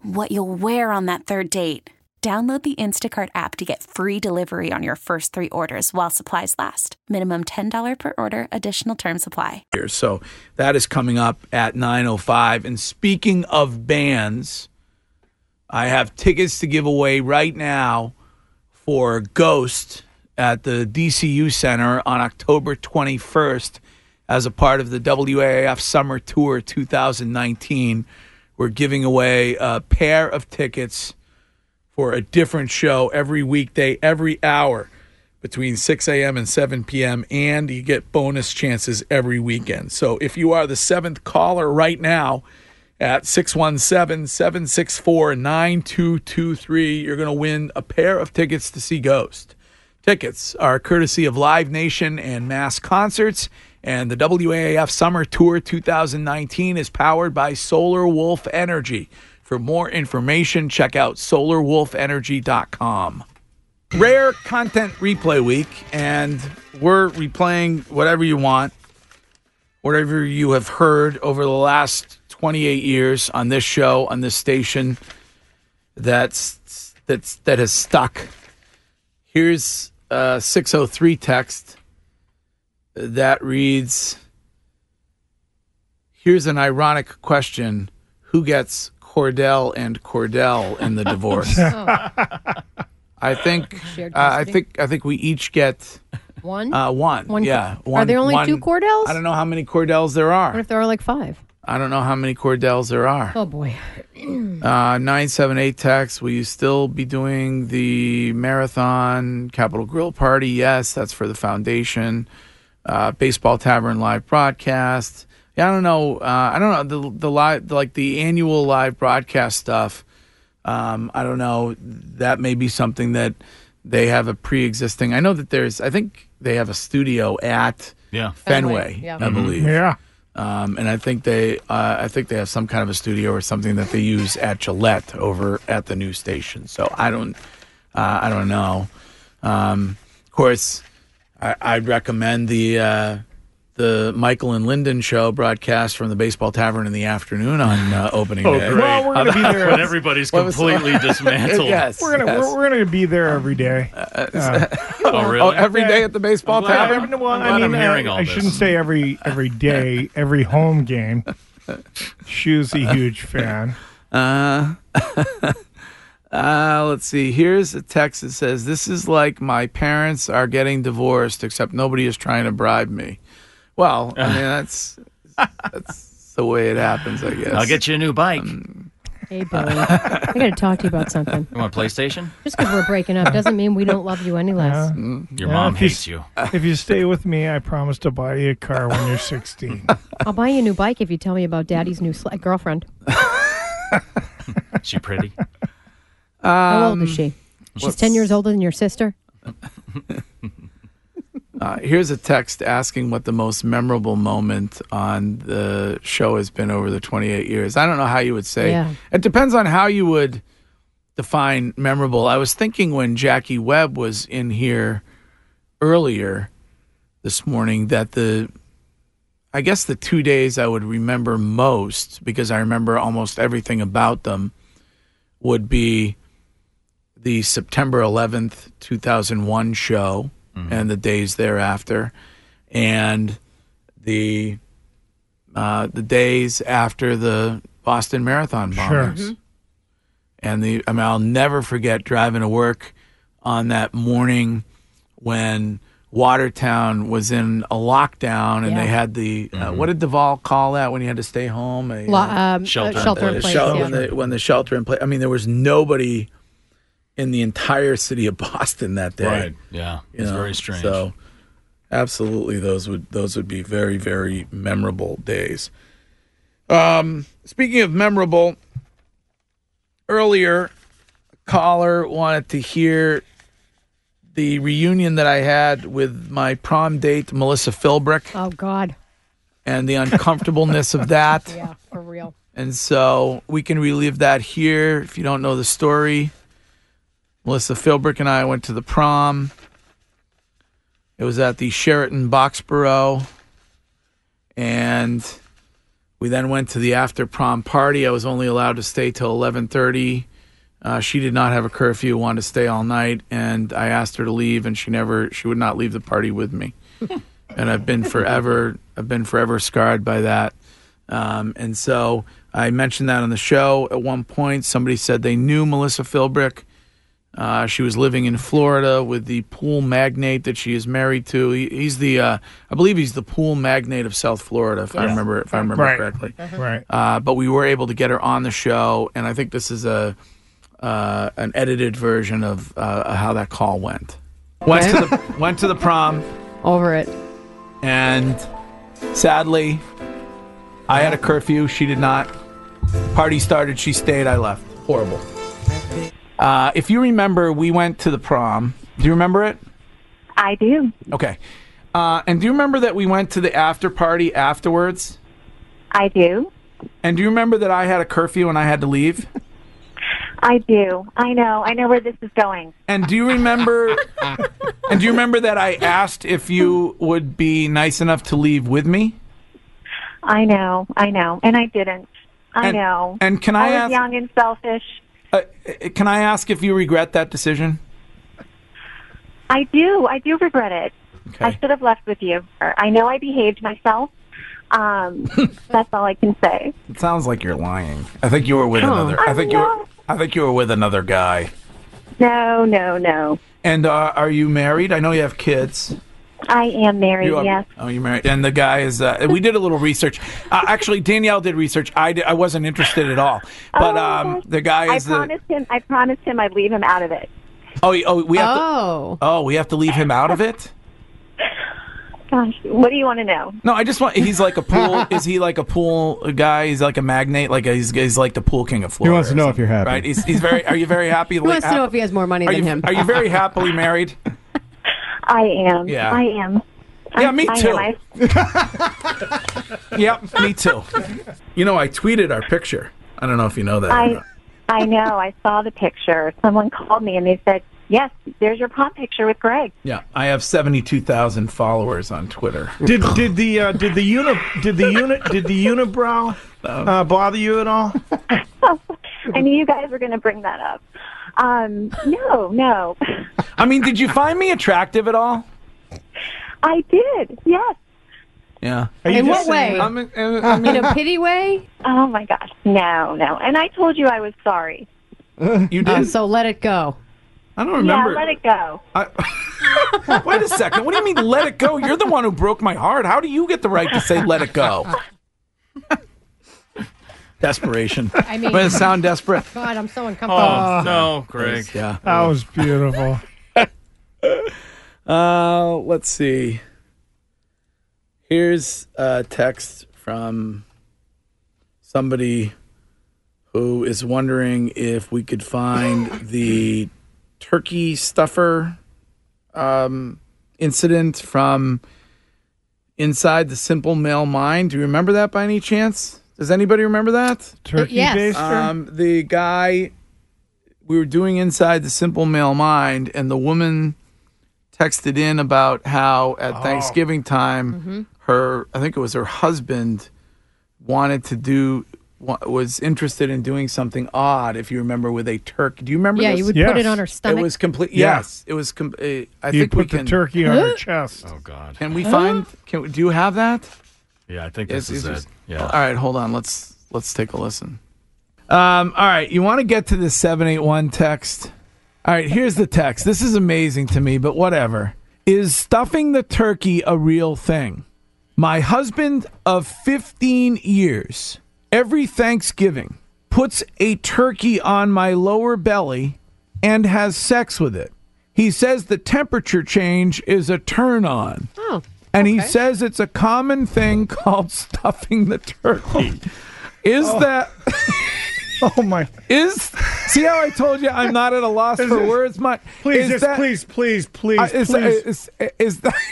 Speaker 16: what you'll wear on that third date. Download the Instacart app to get free delivery on your first three orders while supplies last. Minimum $10 per order, additional term supply.
Speaker 3: So that is coming up at 9:05 and speaking of bands, I have tickets to give away right now for Ghost at the DCU Center on October 21st as a part of the WAAF Summer Tour 2019. We're giving away a pair of tickets for a different show every weekday, every hour between 6 a.m. and 7 p.m. And you get bonus chances every weekend. So if you are the seventh caller right now at 617 764 9223, you're going to win a pair of tickets to see Ghost. Tickets are courtesy of Live Nation and Mass Concerts. And the WAAF Summer Tour 2019 is powered by Solar Wolf Energy. For more information, check out solarwolfenergy.com. Rare content replay week, and we're replaying whatever you want, whatever you have heard over the last 28 years on this show, on this station, that's that's that has stuck. Here's a 603 text that reads Here's an ironic question Who gets Cordell and Cordell in the divorce? I think uh,
Speaker 4: Shared
Speaker 3: I
Speaker 4: custody?
Speaker 3: think I think we each get
Speaker 4: One.
Speaker 3: uh, one.
Speaker 4: One-
Speaker 3: Yeah,
Speaker 4: Are there only two Cordells?
Speaker 3: I don't know how many Cordells there
Speaker 4: what
Speaker 3: are.
Speaker 4: if there are like five?
Speaker 3: I don't know how many Cordells there are.
Speaker 4: Oh boy.
Speaker 3: Uh, 978 text. Will you still be doing the marathon Capitol Grill party? Yes, that's for the foundation. Uh, Baseball Tavern live broadcast. Yeah, I don't know. Uh, I don't know the the live like the annual live broadcast stuff. Um, I don't know. That may be something that they have a pre-existing. I know that there's. I think they have a studio at
Speaker 5: Yeah.
Speaker 3: Fenway.
Speaker 5: Fenway, yeah.
Speaker 3: I
Speaker 5: Mhm.
Speaker 3: believe.
Speaker 6: Mm-hmm. Yeah.
Speaker 3: Um, and I think they, uh, I think they have some kind of a studio or something that they use at Gillette over at the news station. So I don't, uh, I don't know. Um, of course, I, I'd recommend the uh, the Michael and Lyndon show broadcast from the Baseball Tavern in the afternoon on uh, opening
Speaker 6: Oh,
Speaker 3: day.
Speaker 6: great. Well, we're gonna be there.
Speaker 5: When everybody's
Speaker 3: What was-
Speaker 5: completely dismantled.
Speaker 3: yes,
Speaker 6: we're gonna
Speaker 3: yes.
Speaker 6: we're, we're gonna be there every day. Uh,
Speaker 5: Oh, really?
Speaker 3: Oh, every day at the baseball
Speaker 5: I'm glad-
Speaker 3: tavern.
Speaker 5: I'm
Speaker 6: well,
Speaker 5: glad
Speaker 6: I mean,
Speaker 5: I'm hearing
Speaker 6: I,
Speaker 5: all
Speaker 6: I
Speaker 5: this.
Speaker 6: shouldn't say every every day, every home game. Shoe's a huge fan.
Speaker 3: Uh, uh, let's see. Here's a text that says, "This is like my parents are getting divorced, except nobody is trying to bribe me." Well, I mean that's that's the way it happens, I guess.
Speaker 5: I'll get you a new bike.
Speaker 3: Um,
Speaker 4: Hey, Billy. I got to talk to you about something.
Speaker 5: you want a PlayStation?
Speaker 4: Just because we're breaking up doesn't mean we don't love you any less.
Speaker 5: Mm.
Speaker 3: Mm.
Speaker 5: Your
Speaker 6: Yeah,
Speaker 5: mom
Speaker 6: if you
Speaker 5: hates
Speaker 6: s-
Speaker 5: you.
Speaker 6: If you stay with me, I promise to buy you a car when you're 16.
Speaker 4: I'll buy you a new bike if you tell me about Daddy's new sl- girlfriend.
Speaker 5: Is she pretty?
Speaker 4: How old is she? She's
Speaker 3: Um, what's-
Speaker 4: 10 years older than your sister.
Speaker 3: Uh, here's a text asking what the most memorable moment on the show has been over the 28 years. I don't know how you would say.
Speaker 17: Yeah.
Speaker 3: It depends on how you would define memorable. I was thinking when Jackie Webb was in here earlier this morning that the I guess the two days I would remember most because I remember almost everything about them would be the September 11th, 2001 show and the days thereafter and the uh, the days after the Boston Marathon
Speaker 6: Sure.
Speaker 3: bombings.
Speaker 6: Mhm.
Speaker 3: And the I mean I'll never forget driving to work on that morning when Watertown was in a lockdown and they
Speaker 4: Yeah.
Speaker 3: had the
Speaker 4: Mm-hmm.
Speaker 3: uh, what did Duvall call that when you had to stay home? A,
Speaker 4: Lo-
Speaker 3: uh,
Speaker 4: um, Shelter uh, in shelter in
Speaker 3: Uh,
Speaker 4: place,
Speaker 3: shel-
Speaker 4: yeah.
Speaker 3: when, the, when the shelter in place. I mean, there was nobody in the entire city of Boston that day.
Speaker 5: Right. Yeah.
Speaker 3: You
Speaker 5: It's
Speaker 3: know,
Speaker 5: very strange.
Speaker 3: So, absolutely, those would those would be very very memorable days. Um, speaking of memorable, earlier a caller wanted to hear the reunion that I had with my prom date Melissa Philbrick
Speaker 4: Oh, God.
Speaker 3: and the uncomfortableness of that.
Speaker 4: Yeah, for real.
Speaker 3: And so we can relive that here. If you don't know the story, Melissa Philbrick and I went to the prom. It was at the Sheraton Boxborough. And we then went to the after prom party. I was only allowed to stay till 11:30. Uh, she did not have a curfew, wanted to stay all night, and I asked her to leave, and she never, she would not leave the party with me. and I've been forever, I've been forever scarred by that. Um, and so I mentioned that on the show at one point. Somebody said they knew Melissa Philbrick. Uh, she was living in Florida with the pool magnate that she is married to. He, he's the, uh, I believe he's the pool magnate of South Florida, if I
Speaker 6: Yes.
Speaker 3: remember, if I remember
Speaker 6: Right.
Speaker 3: correctly.
Speaker 6: Right.
Speaker 3: Uh, but we were able to get her on the show, and I think this is a uh, an edited version of uh, how that call went. Went to the went to the prom.
Speaker 4: Over it.
Speaker 3: And sadly, I had a curfew. She did not. Party started. She stayed. I left. Horrible. Uh, if you remember, we went to the prom. Do you remember it?
Speaker 12: I do.
Speaker 3: Okay. Uh, and do you remember that we went to the after party afterwards?
Speaker 12: I do.
Speaker 3: And do you remember that I had a curfew and I had to leave?
Speaker 12: I do. I know. I know where this is going.
Speaker 3: And do you remember? and do you remember that I asked if you would be nice enough to leave with me?
Speaker 12: I know. I know. And I didn't. I
Speaker 3: And-
Speaker 12: know.
Speaker 3: and can I
Speaker 12: I was
Speaker 3: ask-
Speaker 12: young and selfish.
Speaker 3: Uh, Can I ask if you regret that decision?
Speaker 12: I do. I do regret it. I should have left with you. I know I behaved myself. Um, that's all I can say.
Speaker 3: It sounds like you're lying. I think you were with
Speaker 12: Oh.
Speaker 3: another. I think you. Were, I think you were with another guy.
Speaker 12: No, no, no.
Speaker 3: And uh, are you married? I know you have kids.
Speaker 12: I am married.
Speaker 3: You are-
Speaker 12: yes.
Speaker 3: Oh, you're married. And the guy is. Uh, we did a little research. Uh, actually, Danielle did research. I, di- I wasn't interested at all. But
Speaker 4: Oh,
Speaker 3: um, the guy
Speaker 12: I
Speaker 3: is the.
Speaker 12: promised him. I promised him I'd leave him out of it.
Speaker 3: Oh, y- oh, we have
Speaker 12: Oh.
Speaker 3: to. Oh, we have to leave him out of it.
Speaker 12: Gosh, what do you want to know?
Speaker 3: No, I just want. He's like a pool. is he like a pool guy? He's like a magnate. Like a, he's, he's like the pool king of Florida.
Speaker 18: wants to
Speaker 3: or
Speaker 18: know if you're
Speaker 3: something,
Speaker 18: happy.
Speaker 3: Right? He's, he's very. Are you very happy?
Speaker 4: Who wants to know if he has more money
Speaker 3: are
Speaker 4: than
Speaker 3: you,
Speaker 4: him?
Speaker 3: Are you very happily married?
Speaker 12: I am.
Speaker 3: Yeah.
Speaker 12: I am.
Speaker 3: Yeah,
Speaker 12: I,
Speaker 3: me
Speaker 12: I
Speaker 3: too.
Speaker 12: Am. I,
Speaker 3: yep, me too. You know, I tweeted our picture. I don't know if you know that. or
Speaker 12: I,
Speaker 3: not.
Speaker 12: I know. I saw the picture. Someone called me and they said Yes, there's your prom picture with Greg.
Speaker 3: Yeah, I have seventy-two thousand followers on Twitter.
Speaker 6: Did did the uh, did the unit did the unit did the unibrow uh, bother you at all?
Speaker 12: I knew you guys were going to bring that up. Um, no, no.
Speaker 3: I mean, did you find me attractive at all?
Speaker 12: I did. Yes.
Speaker 3: Yeah.
Speaker 4: in what way? Um, in a pity way?
Speaker 12: Oh my gosh. No, no. And I told you I was sorry.
Speaker 3: You did.
Speaker 4: Uh, so let it go.
Speaker 3: I don't remember.
Speaker 12: Yeah, let it go.
Speaker 3: Wait a second. What do you mean, let it go? You're the one who broke my heart. How do you get the right to say let it go? Desperation.
Speaker 4: I mean-
Speaker 3: but it sound desperate.
Speaker 4: God, I'm so uncomfortable.
Speaker 5: Oh, no, Greg.
Speaker 3: Yeah.
Speaker 6: That was beautiful.
Speaker 3: Uh, let's see. Here's a text from somebody who is wondering if we could find the turkey stuffer um, incident from Inside the Simple Male Mind. Do you remember that by any chance? Does anybody remember that?
Speaker 6: Turkey yes. baster?
Speaker 3: Um, the guy we were doing Inside the Simple Male Mind, and the woman texted in about how
Speaker 6: Oh.
Speaker 3: at Thanksgiving time,
Speaker 4: Mm-hmm.
Speaker 3: her I think it was her husband wanted to do wa- was interested in doing something odd. If you remember, with a turkey. Do you remember?
Speaker 4: Yeah,
Speaker 3: this?
Speaker 4: you would put it Yes. on her stomach.
Speaker 3: It was complete.
Speaker 6: Yeah.
Speaker 3: Yes, it was. Com- uh, I
Speaker 6: you
Speaker 3: think
Speaker 6: put
Speaker 3: we
Speaker 6: the
Speaker 3: can
Speaker 6: turkey on her chest.
Speaker 5: Oh God.
Speaker 3: Can we find? Can we, do you have that?
Speaker 5: Yeah, I think this
Speaker 3: Yes,
Speaker 5: is
Speaker 3: yes,
Speaker 5: it.
Speaker 3: yes.
Speaker 5: Yeah.
Speaker 3: All right, hold on. Let's let's take a listen. Um, all right, you want to get to the 781 text? All right, here's the text. This is amazing to me, but whatever. Is stuffing the turkey a real thing? My husband of 15 years, every Thanksgiving, puts a turkey on my lower belly and has sex with it. He says the temperature change is a turn on.
Speaker 4: Oh.
Speaker 3: And he says it's a common thing called stuffing the turkey. Is that?
Speaker 6: Oh my!
Speaker 3: Is see how I told you I'm not at a loss
Speaker 6: Is
Speaker 3: for
Speaker 6: it-
Speaker 3: words, Mike?
Speaker 6: Please,
Speaker 3: is
Speaker 6: just
Speaker 3: that-
Speaker 6: please, please, please,
Speaker 3: uh, is,
Speaker 6: please.
Speaker 3: Is, is that?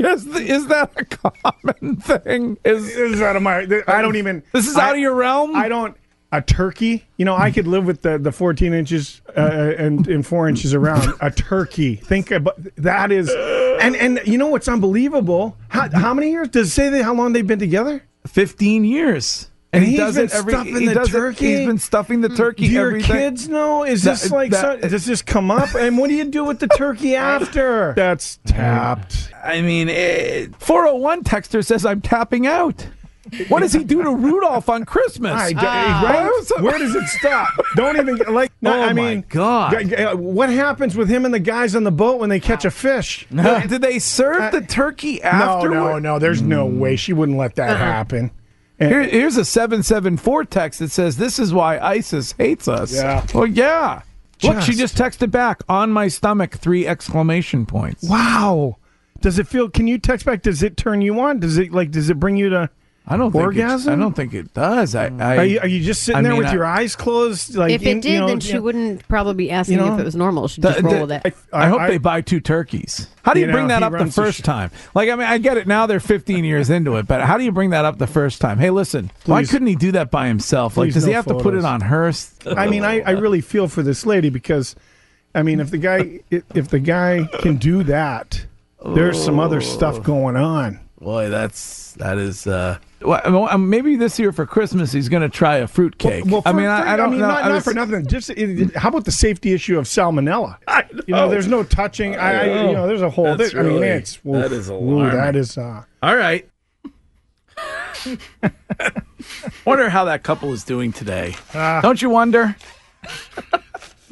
Speaker 3: Is, th- is that a common thing? Is
Speaker 6: this is out of my? th- I don't even.
Speaker 3: This is
Speaker 6: I-
Speaker 3: out of your realm.
Speaker 6: I don't. A turkey, you know, I could live with the, the 14 inches uh, and, and four inches around. A turkey, think about that is, and and you know what's unbelievable? How, how many years does it say that how long they've been together?
Speaker 3: 15 years,
Speaker 6: and,
Speaker 3: he
Speaker 6: he's
Speaker 3: does
Speaker 6: been
Speaker 3: it every-
Speaker 6: stuffing
Speaker 3: he
Speaker 6: the
Speaker 3: does it-
Speaker 6: turkey.
Speaker 3: he's been stuffing the turkey
Speaker 6: Do your
Speaker 3: every Thank-
Speaker 6: kids know? Is
Speaker 3: That-
Speaker 6: this like
Speaker 3: that-
Speaker 6: so- does this come up? And what do you do with the turkey after? That's tapped.
Speaker 3: I mean, eh, 401 texter says I'm tapping out. What does he do to Rudolph on Christmas?
Speaker 6: I, d- right? Where does it stop? Don't even like. No,
Speaker 3: Oh
Speaker 6: I
Speaker 3: my
Speaker 6: mean,
Speaker 3: God.
Speaker 6: g- g- what happens with him and the guys on the boat when they catch a fish? Uh,
Speaker 3: Did- Did they serve the turkey afterward?
Speaker 6: No, no, no. There's no way she wouldn't let that happen.
Speaker 3: Here, here's a 774 text that says, This is why ISIS hates us.
Speaker 6: Yeah.
Speaker 3: Well, yeah. Look, she just texted back on my stomach, three exclamation points.
Speaker 6: Wow. Does it feel? Can you text back? Does it turn you on? Does it like? Does it bring you to?
Speaker 3: I don't think it's-
Speaker 6: orgasm.
Speaker 3: I don't think it does. I, I
Speaker 6: are, you, are you just sitting
Speaker 3: I
Speaker 6: there
Speaker 3: mean,
Speaker 6: with
Speaker 3: I-
Speaker 6: your eyes closed? Like
Speaker 4: if it
Speaker 6: in-
Speaker 4: did,
Speaker 6: you know,
Speaker 4: then she
Speaker 6: yeah.
Speaker 4: wouldn't probably be asking
Speaker 6: know?
Speaker 4: if it was normal. She'd just
Speaker 3: The-
Speaker 4: roll with
Speaker 3: the-
Speaker 4: it.
Speaker 3: I, hope they buy two turkeys. How do you,
Speaker 6: You
Speaker 3: bring
Speaker 6: know,
Speaker 3: that
Speaker 6: he
Speaker 3: up the
Speaker 6: runs the
Speaker 3: first time? Like, I mean, I get it now. They're 15 years into it, but how do you bring that up the first time? Hey, listen, why
Speaker 6: Please.
Speaker 3: couldn't he do that by himself? Like,
Speaker 6: Please,
Speaker 3: does he
Speaker 6: no
Speaker 3: have to put it
Speaker 6: photos.
Speaker 3: on her?
Speaker 6: I mean, I, I really feel for this lady because, I mean, if the guy i- if the guy can do that, there's some other
Speaker 3: Oh.
Speaker 6: stuff going on.
Speaker 3: Boy, that's that is. uh well, I mean, well, maybe this year for Christmas he's going to try a fruitcake.
Speaker 6: Well,
Speaker 3: I
Speaker 6: for-
Speaker 3: mean,
Speaker 6: for-
Speaker 3: I, I don't
Speaker 6: mean,
Speaker 3: know.
Speaker 6: Not,
Speaker 3: I
Speaker 6: not
Speaker 3: was-
Speaker 6: for nothing. Just it, how about the safety issue of salmonella? You know, there's no touching. I, I you know, there's a whole.
Speaker 3: That's
Speaker 6: there- I mean,
Speaker 3: really-
Speaker 6: it's
Speaker 3: that is
Speaker 6: ooh, that
Speaker 3: alarming.
Speaker 6: is. Uh,
Speaker 3: All right. wonder how that couple is doing today.
Speaker 6: Ah.
Speaker 3: Don't you wonder? Um,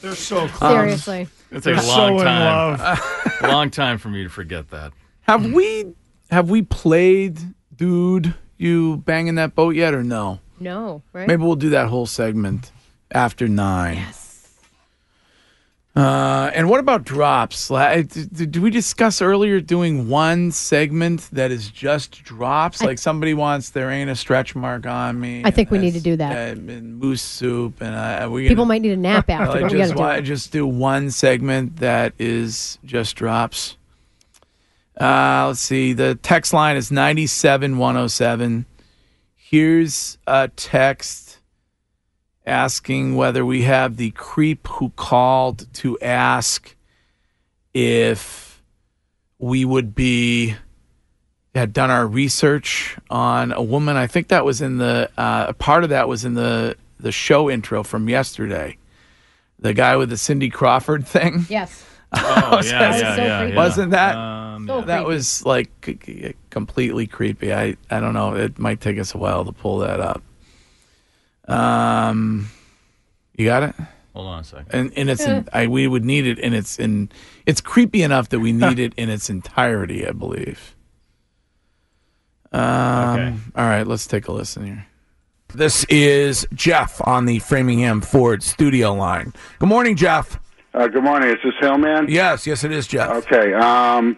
Speaker 6: they're so close.
Speaker 4: Seriously.
Speaker 5: It's a long time. long time for me to forget that.
Speaker 3: Have we have we played dude you banging that boat yet or no?
Speaker 4: No, right?
Speaker 3: Maybe we'll do that whole segment after nine. Yes. Uh, and what about drops? La- Did did we discuss earlier doing one segment that is just drops? like somebody wants there ain't a stretch mark on me.
Speaker 4: I think we need to do that.
Speaker 3: and, and moose soup, and uh, we
Speaker 4: People might need a nap after,
Speaker 3: Like,
Speaker 4: but we
Speaker 3: just,
Speaker 4: gotta do
Speaker 3: why-
Speaker 4: it.
Speaker 3: just do one segment that is just drops. Uh, let's see. The text line is 97107. Here's a text asking whether we have the creep who called to ask if we would be had done our research on a woman. I think that was in the uh, a part of that was in the the show intro from yesterday. The guy with the Cindy Crawford thing.
Speaker 4: Yes.
Speaker 5: Oh, yeah, yeah, yeah, yeah.
Speaker 3: Wasn't that
Speaker 5: Um,
Speaker 4: So
Speaker 3: that
Speaker 4: creepy.
Speaker 3: was like c- c- completely creepy. I I don't know. It might take us a while to pull that up. Um, you got it.
Speaker 5: Hold on a second.
Speaker 3: And and it's
Speaker 4: Uh.
Speaker 3: in, I we would need it in its in it's creepy enough that we need it in its entirety. I believe. Um, All right, let's take a listen here. This is Jeff on the Framingham Ford studio line. Good morning, Jeff.
Speaker 17: Uh, good morning. Is this Hillman?
Speaker 3: Yes, yes, it is Jeff.
Speaker 17: Okay. Um,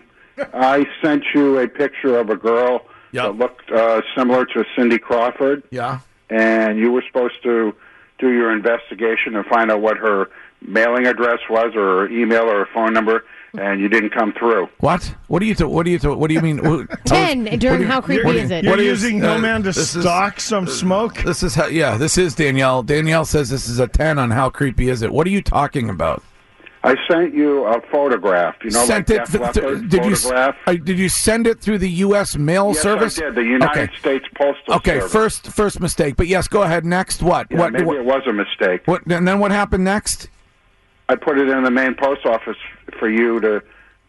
Speaker 17: I sent you a picture of a girl that looked uh, similar to Cindy Crawford,
Speaker 3: Yeah.
Speaker 17: and you were supposed to do your investigation and find out what her mailing address was, or her email, or her phone number, and you didn't come through.
Speaker 3: What? What do you? What do you? What do you mean? What,
Speaker 4: Ten during how creepy
Speaker 3: what do you-
Speaker 4: is it?
Speaker 3: what do you-
Speaker 6: using
Speaker 3: uh,
Speaker 6: Hillman to
Speaker 3: this is- uh,
Speaker 6: stock some smoke?
Speaker 3: This is how, yeah. This is Danielle. Danielle says this is a ten on how creepy is it. What are you talking about?
Speaker 17: I sent you a photograph. You know,
Speaker 3: Sent
Speaker 17: like
Speaker 3: it.
Speaker 17: Def
Speaker 3: th- th-
Speaker 17: Leppard's
Speaker 3: did you s-
Speaker 17: photograph?
Speaker 3: uh, did you send it through the U.S. mail
Speaker 17: yes,
Speaker 3: service?
Speaker 17: I did. The United
Speaker 3: okay.
Speaker 17: States Postal
Speaker 3: Okay.
Speaker 17: Service.
Speaker 3: First, first mistake. But yes, go ahead. Next, what?
Speaker 17: Yeah,
Speaker 3: what?
Speaker 17: maybe
Speaker 3: what-
Speaker 17: it was a mistake.
Speaker 3: what? And then what happened next?
Speaker 17: I put it in the main post office for you to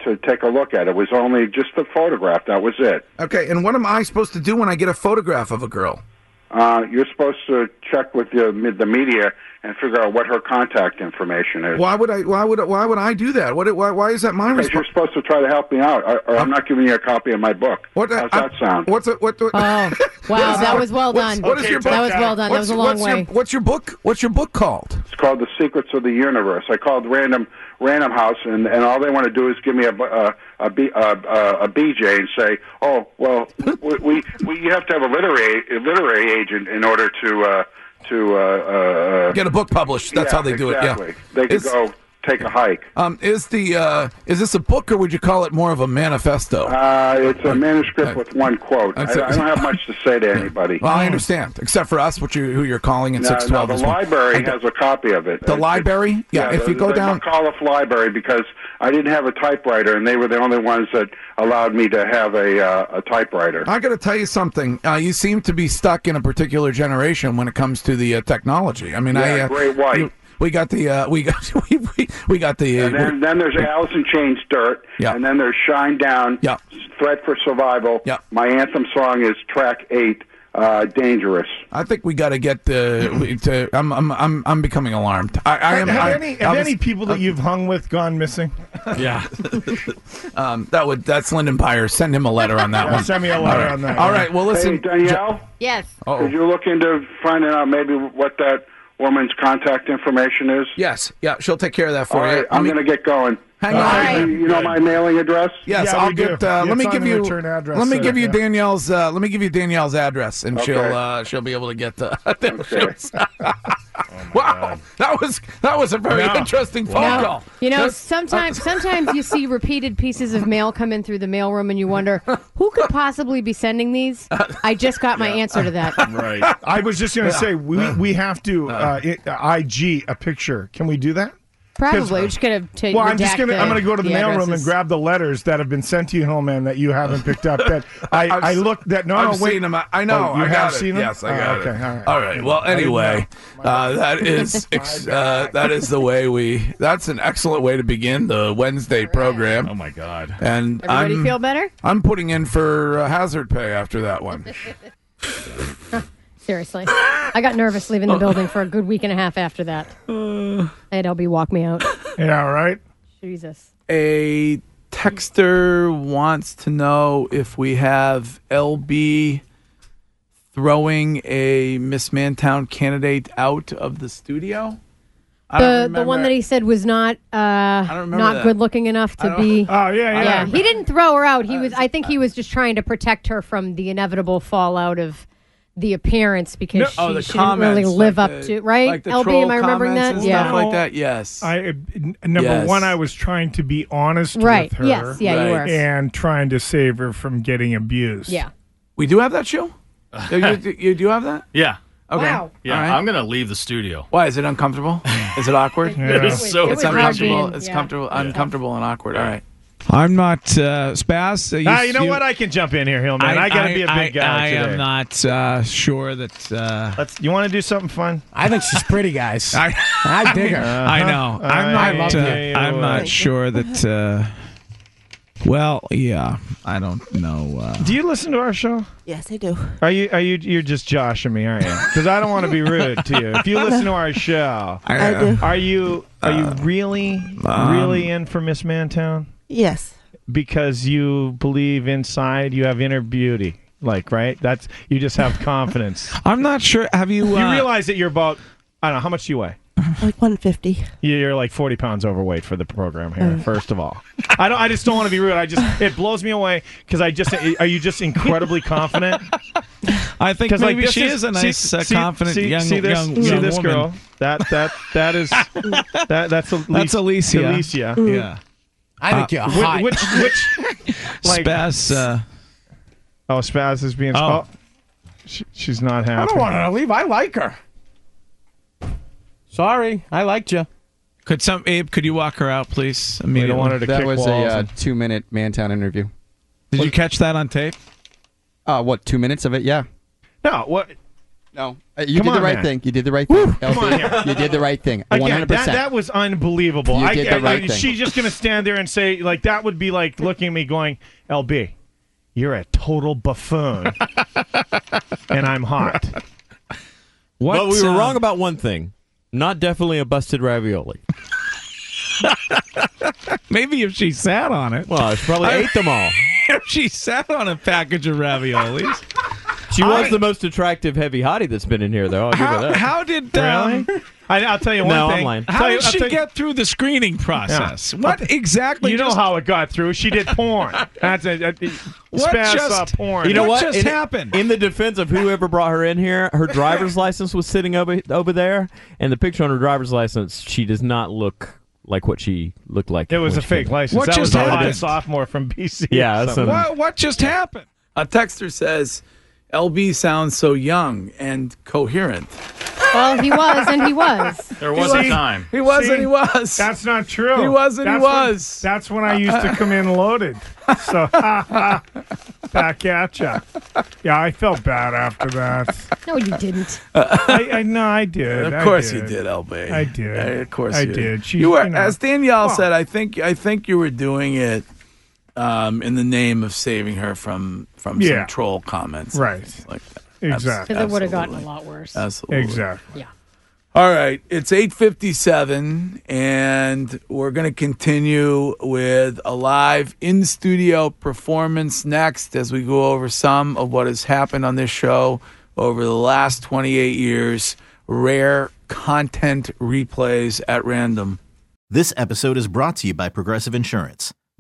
Speaker 17: to take a look at. It was only just the photograph. That was it.
Speaker 3: Okay. And what am I supposed to do when I get a photograph of a girl?
Speaker 17: Uh, you're supposed to check with the the media and figure out what her contact information is.
Speaker 3: Why would I? Why would? Why would I do that? What? Why? Why is that my
Speaker 17: Because
Speaker 3: responsibility?
Speaker 17: you're supposed to try to help me out, or, or I'm not giving you a copy of my book.
Speaker 3: What?
Speaker 17: How's that sound?
Speaker 3: What's it? What? what
Speaker 4: oh, wow, that was well
Speaker 3: what's-
Speaker 4: done.
Speaker 3: What is your book?
Speaker 4: That was well done. That
Speaker 3: What's-
Speaker 4: was a long
Speaker 3: what's your-
Speaker 4: way.
Speaker 3: what's your book? What's your book called?
Speaker 17: It's called The Secrets of the Universe. I called Random Random House, and, and all they want to do is give me a bu- a a, B, a, a, a BJ and say, "Oh, well, we, we, we you have to have a literary a literary agent in order to uh, to uh, uh,
Speaker 3: Get a book published. That's
Speaker 17: Yeah,
Speaker 3: how they do
Speaker 17: exactly.
Speaker 3: it. Yeah.
Speaker 17: they could
Speaker 3: Is-
Speaker 17: go take a hike.
Speaker 3: Um, is the uh, is this a book or would you call it more of a manifesto?
Speaker 17: Uh, it's a manuscript with one quote. I, I
Speaker 3: That's it.
Speaker 17: don't have much to say to anybody.
Speaker 3: well, I understand, except for us, which you, who you're calling in
Speaker 17: No,
Speaker 3: six
Speaker 17: no,
Speaker 3: twelve.
Speaker 17: the library has a copy of it.
Speaker 3: The library? Yeah, if you
Speaker 17: the-
Speaker 3: go
Speaker 17: the
Speaker 3: down-
Speaker 17: McAuliffe Library, because I didn't have a typewriter, and they were the only ones that allowed me to have a uh, a typewriter.
Speaker 3: I got to tell you something. Uh, you seem to be stuck in a particular generation when it comes to the uh, technology. I mean, I
Speaker 17: Yeah,
Speaker 3: uh,
Speaker 17: Great White.
Speaker 3: you- we got the uh, we got we, we, we got the uh,
Speaker 17: and then, then there's Alice in Chains Dirt,
Speaker 3: Yeah.
Speaker 17: and then there's Shine Down, Threat for Survival. My anthem song is track eight, uh, Dangerous.
Speaker 3: I think we got to get the. we- To, I'm, I'm I'm I'm becoming alarmed. I, I am.
Speaker 6: have
Speaker 3: I,
Speaker 6: any,
Speaker 3: I
Speaker 6: have
Speaker 3: was- uh,
Speaker 6: any people that you've hung with gone missing?
Speaker 3: Yeah. um, that would that's Lyndon Pyre. Send him a letter on that
Speaker 6: Yeah,
Speaker 3: one.
Speaker 6: send me a
Speaker 3: All
Speaker 6: letter
Speaker 3: right.
Speaker 6: on that
Speaker 3: All
Speaker 6: one.
Speaker 3: right. Well, uh, listen,
Speaker 17: Hey, Danielle,
Speaker 4: Yes.
Speaker 17: could you look into finding out maybe what that woman's contact information is?
Speaker 3: Yes. Yeah, she'll take care of that for
Speaker 17: All
Speaker 3: you.
Speaker 17: right, I'm
Speaker 3: Let me-
Speaker 17: going to get going.
Speaker 3: Hang
Speaker 17: Uh,
Speaker 3: on.
Speaker 17: You, you know my mailing address?
Speaker 3: Yes, I'll get. Uh, let me give you. let me give you Danielle's. Uh, let me give you Danielle's address, and she'll
Speaker 17: Okay.
Speaker 3: uh, she'll be able to get the. wow, that was that was a very
Speaker 8: Wow.
Speaker 3: interesting phone
Speaker 8: Wow.
Speaker 3: call.
Speaker 4: You know,
Speaker 3: That's-
Speaker 4: sometimes sometimes you see repeated pieces of mail come in through the mailroom, and you wonder who could possibly be sending these. I just got my answer to that.
Speaker 5: Right.
Speaker 6: I was just going to
Speaker 4: Yeah.
Speaker 6: say we we have to
Speaker 3: Uh-huh.
Speaker 6: uh, i- IG a picture. Can we do that? 'Cause-
Speaker 4: Probably. We're just gonna take.
Speaker 6: Well, I'm just
Speaker 4: redact
Speaker 6: gonna I'm gonna go to the, mailroom and
Speaker 4: addresses.
Speaker 6: grab the letters that have been sent to you, Hillman, that you haven't picked up. That I,
Speaker 3: I've
Speaker 6: I
Speaker 3: s-
Speaker 6: looked that no,
Speaker 3: I've
Speaker 6: no, wait.
Speaker 3: seen them. I, I know.
Speaker 6: Oh, you
Speaker 3: I got
Speaker 6: have
Speaker 3: it.
Speaker 6: seen them.
Speaker 3: Yes, I got
Speaker 6: oh, okay,
Speaker 3: it.
Speaker 6: All right.
Speaker 3: Well,
Speaker 6: I didn't
Speaker 3: anyway, uh, that is ex- uh, that is the way we. That's an excellent way to begin the Wednesday program. Oh
Speaker 5: my God!
Speaker 3: And
Speaker 4: Everybody
Speaker 3: I'm
Speaker 4: feel better?
Speaker 3: I'm putting in for uh, hazard pay after that one.
Speaker 4: Seriously, I got nervous leaving
Speaker 3: Oh.
Speaker 4: the building for a good week and a half after that.
Speaker 3: Uh.
Speaker 4: I had LB walk me out.
Speaker 6: Yeah. All right.
Speaker 4: Jesus.
Speaker 3: A texter wants to know if we have LB throwing a Miss Mantown candidate out of the studio. I don't
Speaker 4: The the
Speaker 3: remember.
Speaker 4: one that he said was not uh,
Speaker 3: remember
Speaker 4: not
Speaker 3: that.
Speaker 4: good looking enough
Speaker 3: I
Speaker 4: to
Speaker 3: don't-
Speaker 4: be.
Speaker 3: Oh, yeah, yeah. Uh,
Speaker 4: He didn't throw her out. He was. I think he was just trying to protect her from the inevitable fallout of the appearance because
Speaker 3: No-
Speaker 4: she
Speaker 3: oh, the
Speaker 4: she didn't really
Speaker 3: comments, like
Speaker 4: live up
Speaker 3: the-
Speaker 4: to right.
Speaker 3: like the
Speaker 4: LB, am
Speaker 3: troll
Speaker 4: I remembering
Speaker 3: comments
Speaker 4: that?
Speaker 3: and
Speaker 4: yeah.
Speaker 3: stuff like that. Yes.
Speaker 6: I uh, n- number
Speaker 3: Yes.
Speaker 6: one, I was trying to be honest
Speaker 4: Right,
Speaker 6: with her.
Speaker 4: yes, yeah, you Right. were.
Speaker 6: And trying to save her from getting abused.
Speaker 4: Yeah.
Speaker 3: We do have that show. you, you do have that?
Speaker 5: Yeah.
Speaker 3: Okay.
Speaker 4: Wow.
Speaker 5: Yeah,
Speaker 3: All right.
Speaker 5: I'm gonna leave the studio.
Speaker 3: Why is it uncomfortable? Is it awkward?
Speaker 5: It is so
Speaker 3: it's
Speaker 5: cringy.
Speaker 3: uncomfortable. It's
Speaker 5: Yeah.
Speaker 3: comfortable, uncomfortable, and awkward. All right.
Speaker 19: I'm not uh, Spaz. Uh, you,
Speaker 6: ah, you know what? I can jump in here, Hillman. I, got to be a big
Speaker 19: I-
Speaker 6: guy
Speaker 19: I
Speaker 6: today.
Speaker 19: am not uh, sure that. Uh,
Speaker 6: Let's. You want to do something fun?
Speaker 19: I think she's pretty, guys. I,
Speaker 6: I dig her.
Speaker 19: I know.
Speaker 6: Uh-huh.
Speaker 19: I'm
Speaker 6: I
Speaker 19: not.
Speaker 6: love
Speaker 19: uh,
Speaker 6: you.
Speaker 19: I'm not sure that. Uh, well, yeah, I don't know. Uh,
Speaker 6: Do you listen to our show?
Speaker 20: Yes, I do.
Speaker 6: Are you? Are you? You're just joshing me, aren't you? Because I don't want to be rude to you. If you listen to our show,
Speaker 19: I- I do.
Speaker 6: Are you? Are you really,
Speaker 19: um,
Speaker 6: really in for Miss Mantown?
Speaker 20: Yes.
Speaker 6: Because you believe inside you have inner beauty, like right? That's you just have confidence.
Speaker 19: I'm not sure. Have you?
Speaker 6: You
Speaker 19: uh,
Speaker 6: realize that you're about. I don't know how much do you weigh.
Speaker 20: Like 150.
Speaker 6: You're like 40 pounds overweight for the program here.
Speaker 20: Oh.
Speaker 6: First of all, I don't. I just don't want to be rude. I just it blows me away because I just eh, are you just incredibly confident?
Speaker 19: I think
Speaker 6: 'Cause, like,
Speaker 19: maybe
Speaker 6: this
Speaker 19: she is a nice, uh, confident young-
Speaker 6: see this,
Speaker 19: young-
Speaker 6: see
Speaker 19: young
Speaker 6: this
Speaker 19: woman.
Speaker 6: girl. That that that is that that's Alicia.
Speaker 19: That's Alicia.
Speaker 6: Alicia.
Speaker 19: Yeah. I think
Speaker 8: Uh,
Speaker 19: you're hot.
Speaker 6: Which which, which like,
Speaker 19: Spaz. Uh,
Speaker 6: oh Spaz is being
Speaker 19: Oh.
Speaker 6: oh, she, she's not happy.
Speaker 8: I don't want her to leave. I like her. Sorry, I liked you.
Speaker 19: could some Abe? Could you walk her out, please?
Speaker 21: We
Speaker 19: Immediately.
Speaker 21: don't want her to that was a uh, two-minute Mantown interview.
Speaker 19: Did you catch that on tape?
Speaker 21: Uh, what? Two minutes of it? Yeah.
Speaker 6: No, what?
Speaker 21: No, Uh, you
Speaker 6: Come
Speaker 21: did the
Speaker 6: on,
Speaker 21: right
Speaker 6: man.
Speaker 21: thing. You did the right thing. LP. you did the right thing. One
Speaker 6: Again,
Speaker 21: hundred
Speaker 6: that,
Speaker 21: percent.
Speaker 6: that was unbelievable.
Speaker 21: You
Speaker 6: I,
Speaker 21: did the
Speaker 6: I-
Speaker 21: right
Speaker 6: I-
Speaker 21: thing.
Speaker 6: She's just going to stand there and say, like, that would be like looking at me going, LB, you're a total buffoon. and I'm hot.
Speaker 22: What, but we were
Speaker 6: uh,
Speaker 22: wrong about one thing. Not definitely a busted ravioli.
Speaker 19: Maybe if she sat on it.
Speaker 22: Well, she probably
Speaker 19: I-
Speaker 22: ate them all.
Speaker 19: If she sat on a package of raviolis.
Speaker 22: She was
Speaker 19: I-
Speaker 22: the most attractive heavy hottie that's been in here, though. I'll give her that.
Speaker 19: How did um,
Speaker 6: I, I'll tell you one
Speaker 22: No, I'm
Speaker 6: thing.
Speaker 22: lying.
Speaker 19: How
Speaker 6: Tell you-
Speaker 19: did
Speaker 6: I'll
Speaker 19: she
Speaker 6: tell you-
Speaker 19: get through the screening process?
Speaker 6: Yeah.
Speaker 19: What exactly?
Speaker 6: You know
Speaker 19: just-
Speaker 6: how it got through. She did porn. That's a, a,
Speaker 19: What
Speaker 6: Spaz
Speaker 19: just-
Speaker 6: saw porn.
Speaker 22: You know what, In-
Speaker 19: happened?
Speaker 22: In the defense of whoever brought her in here, her driver's license was sitting over over there, and the picture on her driver's license, she does not look like what she looked like.
Speaker 6: It was
Speaker 22: when
Speaker 6: a
Speaker 22: she
Speaker 6: fake
Speaker 22: came.
Speaker 6: license. that was a hot sophomore from BC.
Speaker 22: Yeah, that's
Speaker 6: Something.
Speaker 22: some-
Speaker 3: What,
Speaker 19: what just happened?
Speaker 3: A texter says, "LB sounds so young and coherent."
Speaker 4: Well, he was, and he was.
Speaker 5: There was a
Speaker 6: See?
Speaker 5: time.
Speaker 3: He was and he was.
Speaker 6: That's not true.
Speaker 3: He was and he
Speaker 6: That's
Speaker 3: was.
Speaker 6: When, that's when I used to come in loaded. So back at ya. Yeah, I felt bad after that.
Speaker 4: No, you didn't.
Speaker 6: I, I no, I did.
Speaker 3: Of
Speaker 6: I
Speaker 3: course
Speaker 6: did.
Speaker 3: you did, LB.
Speaker 6: I did.
Speaker 3: Uh, Of course
Speaker 6: I
Speaker 3: you
Speaker 6: did. She-
Speaker 3: you were,
Speaker 6: you know.
Speaker 3: as Danielle
Speaker 6: Well-
Speaker 3: said. I think I think you were doing it um, in the name of saving her from from
Speaker 6: Yeah.
Speaker 3: some troll comments, and
Speaker 6: Right.
Speaker 3: things Like that.
Speaker 6: Exactly.
Speaker 4: Because it would have gotten a lot worse.
Speaker 3: Absolutely.
Speaker 6: Exactly.
Speaker 4: Yeah.
Speaker 3: All right, it's 8:57 and we're going to continue with a live in-studio performance next as we go over some of what has happened on this show over the last 28 years, rare content replays at random.
Speaker 23: This episode is brought to you by Progressive Insurance.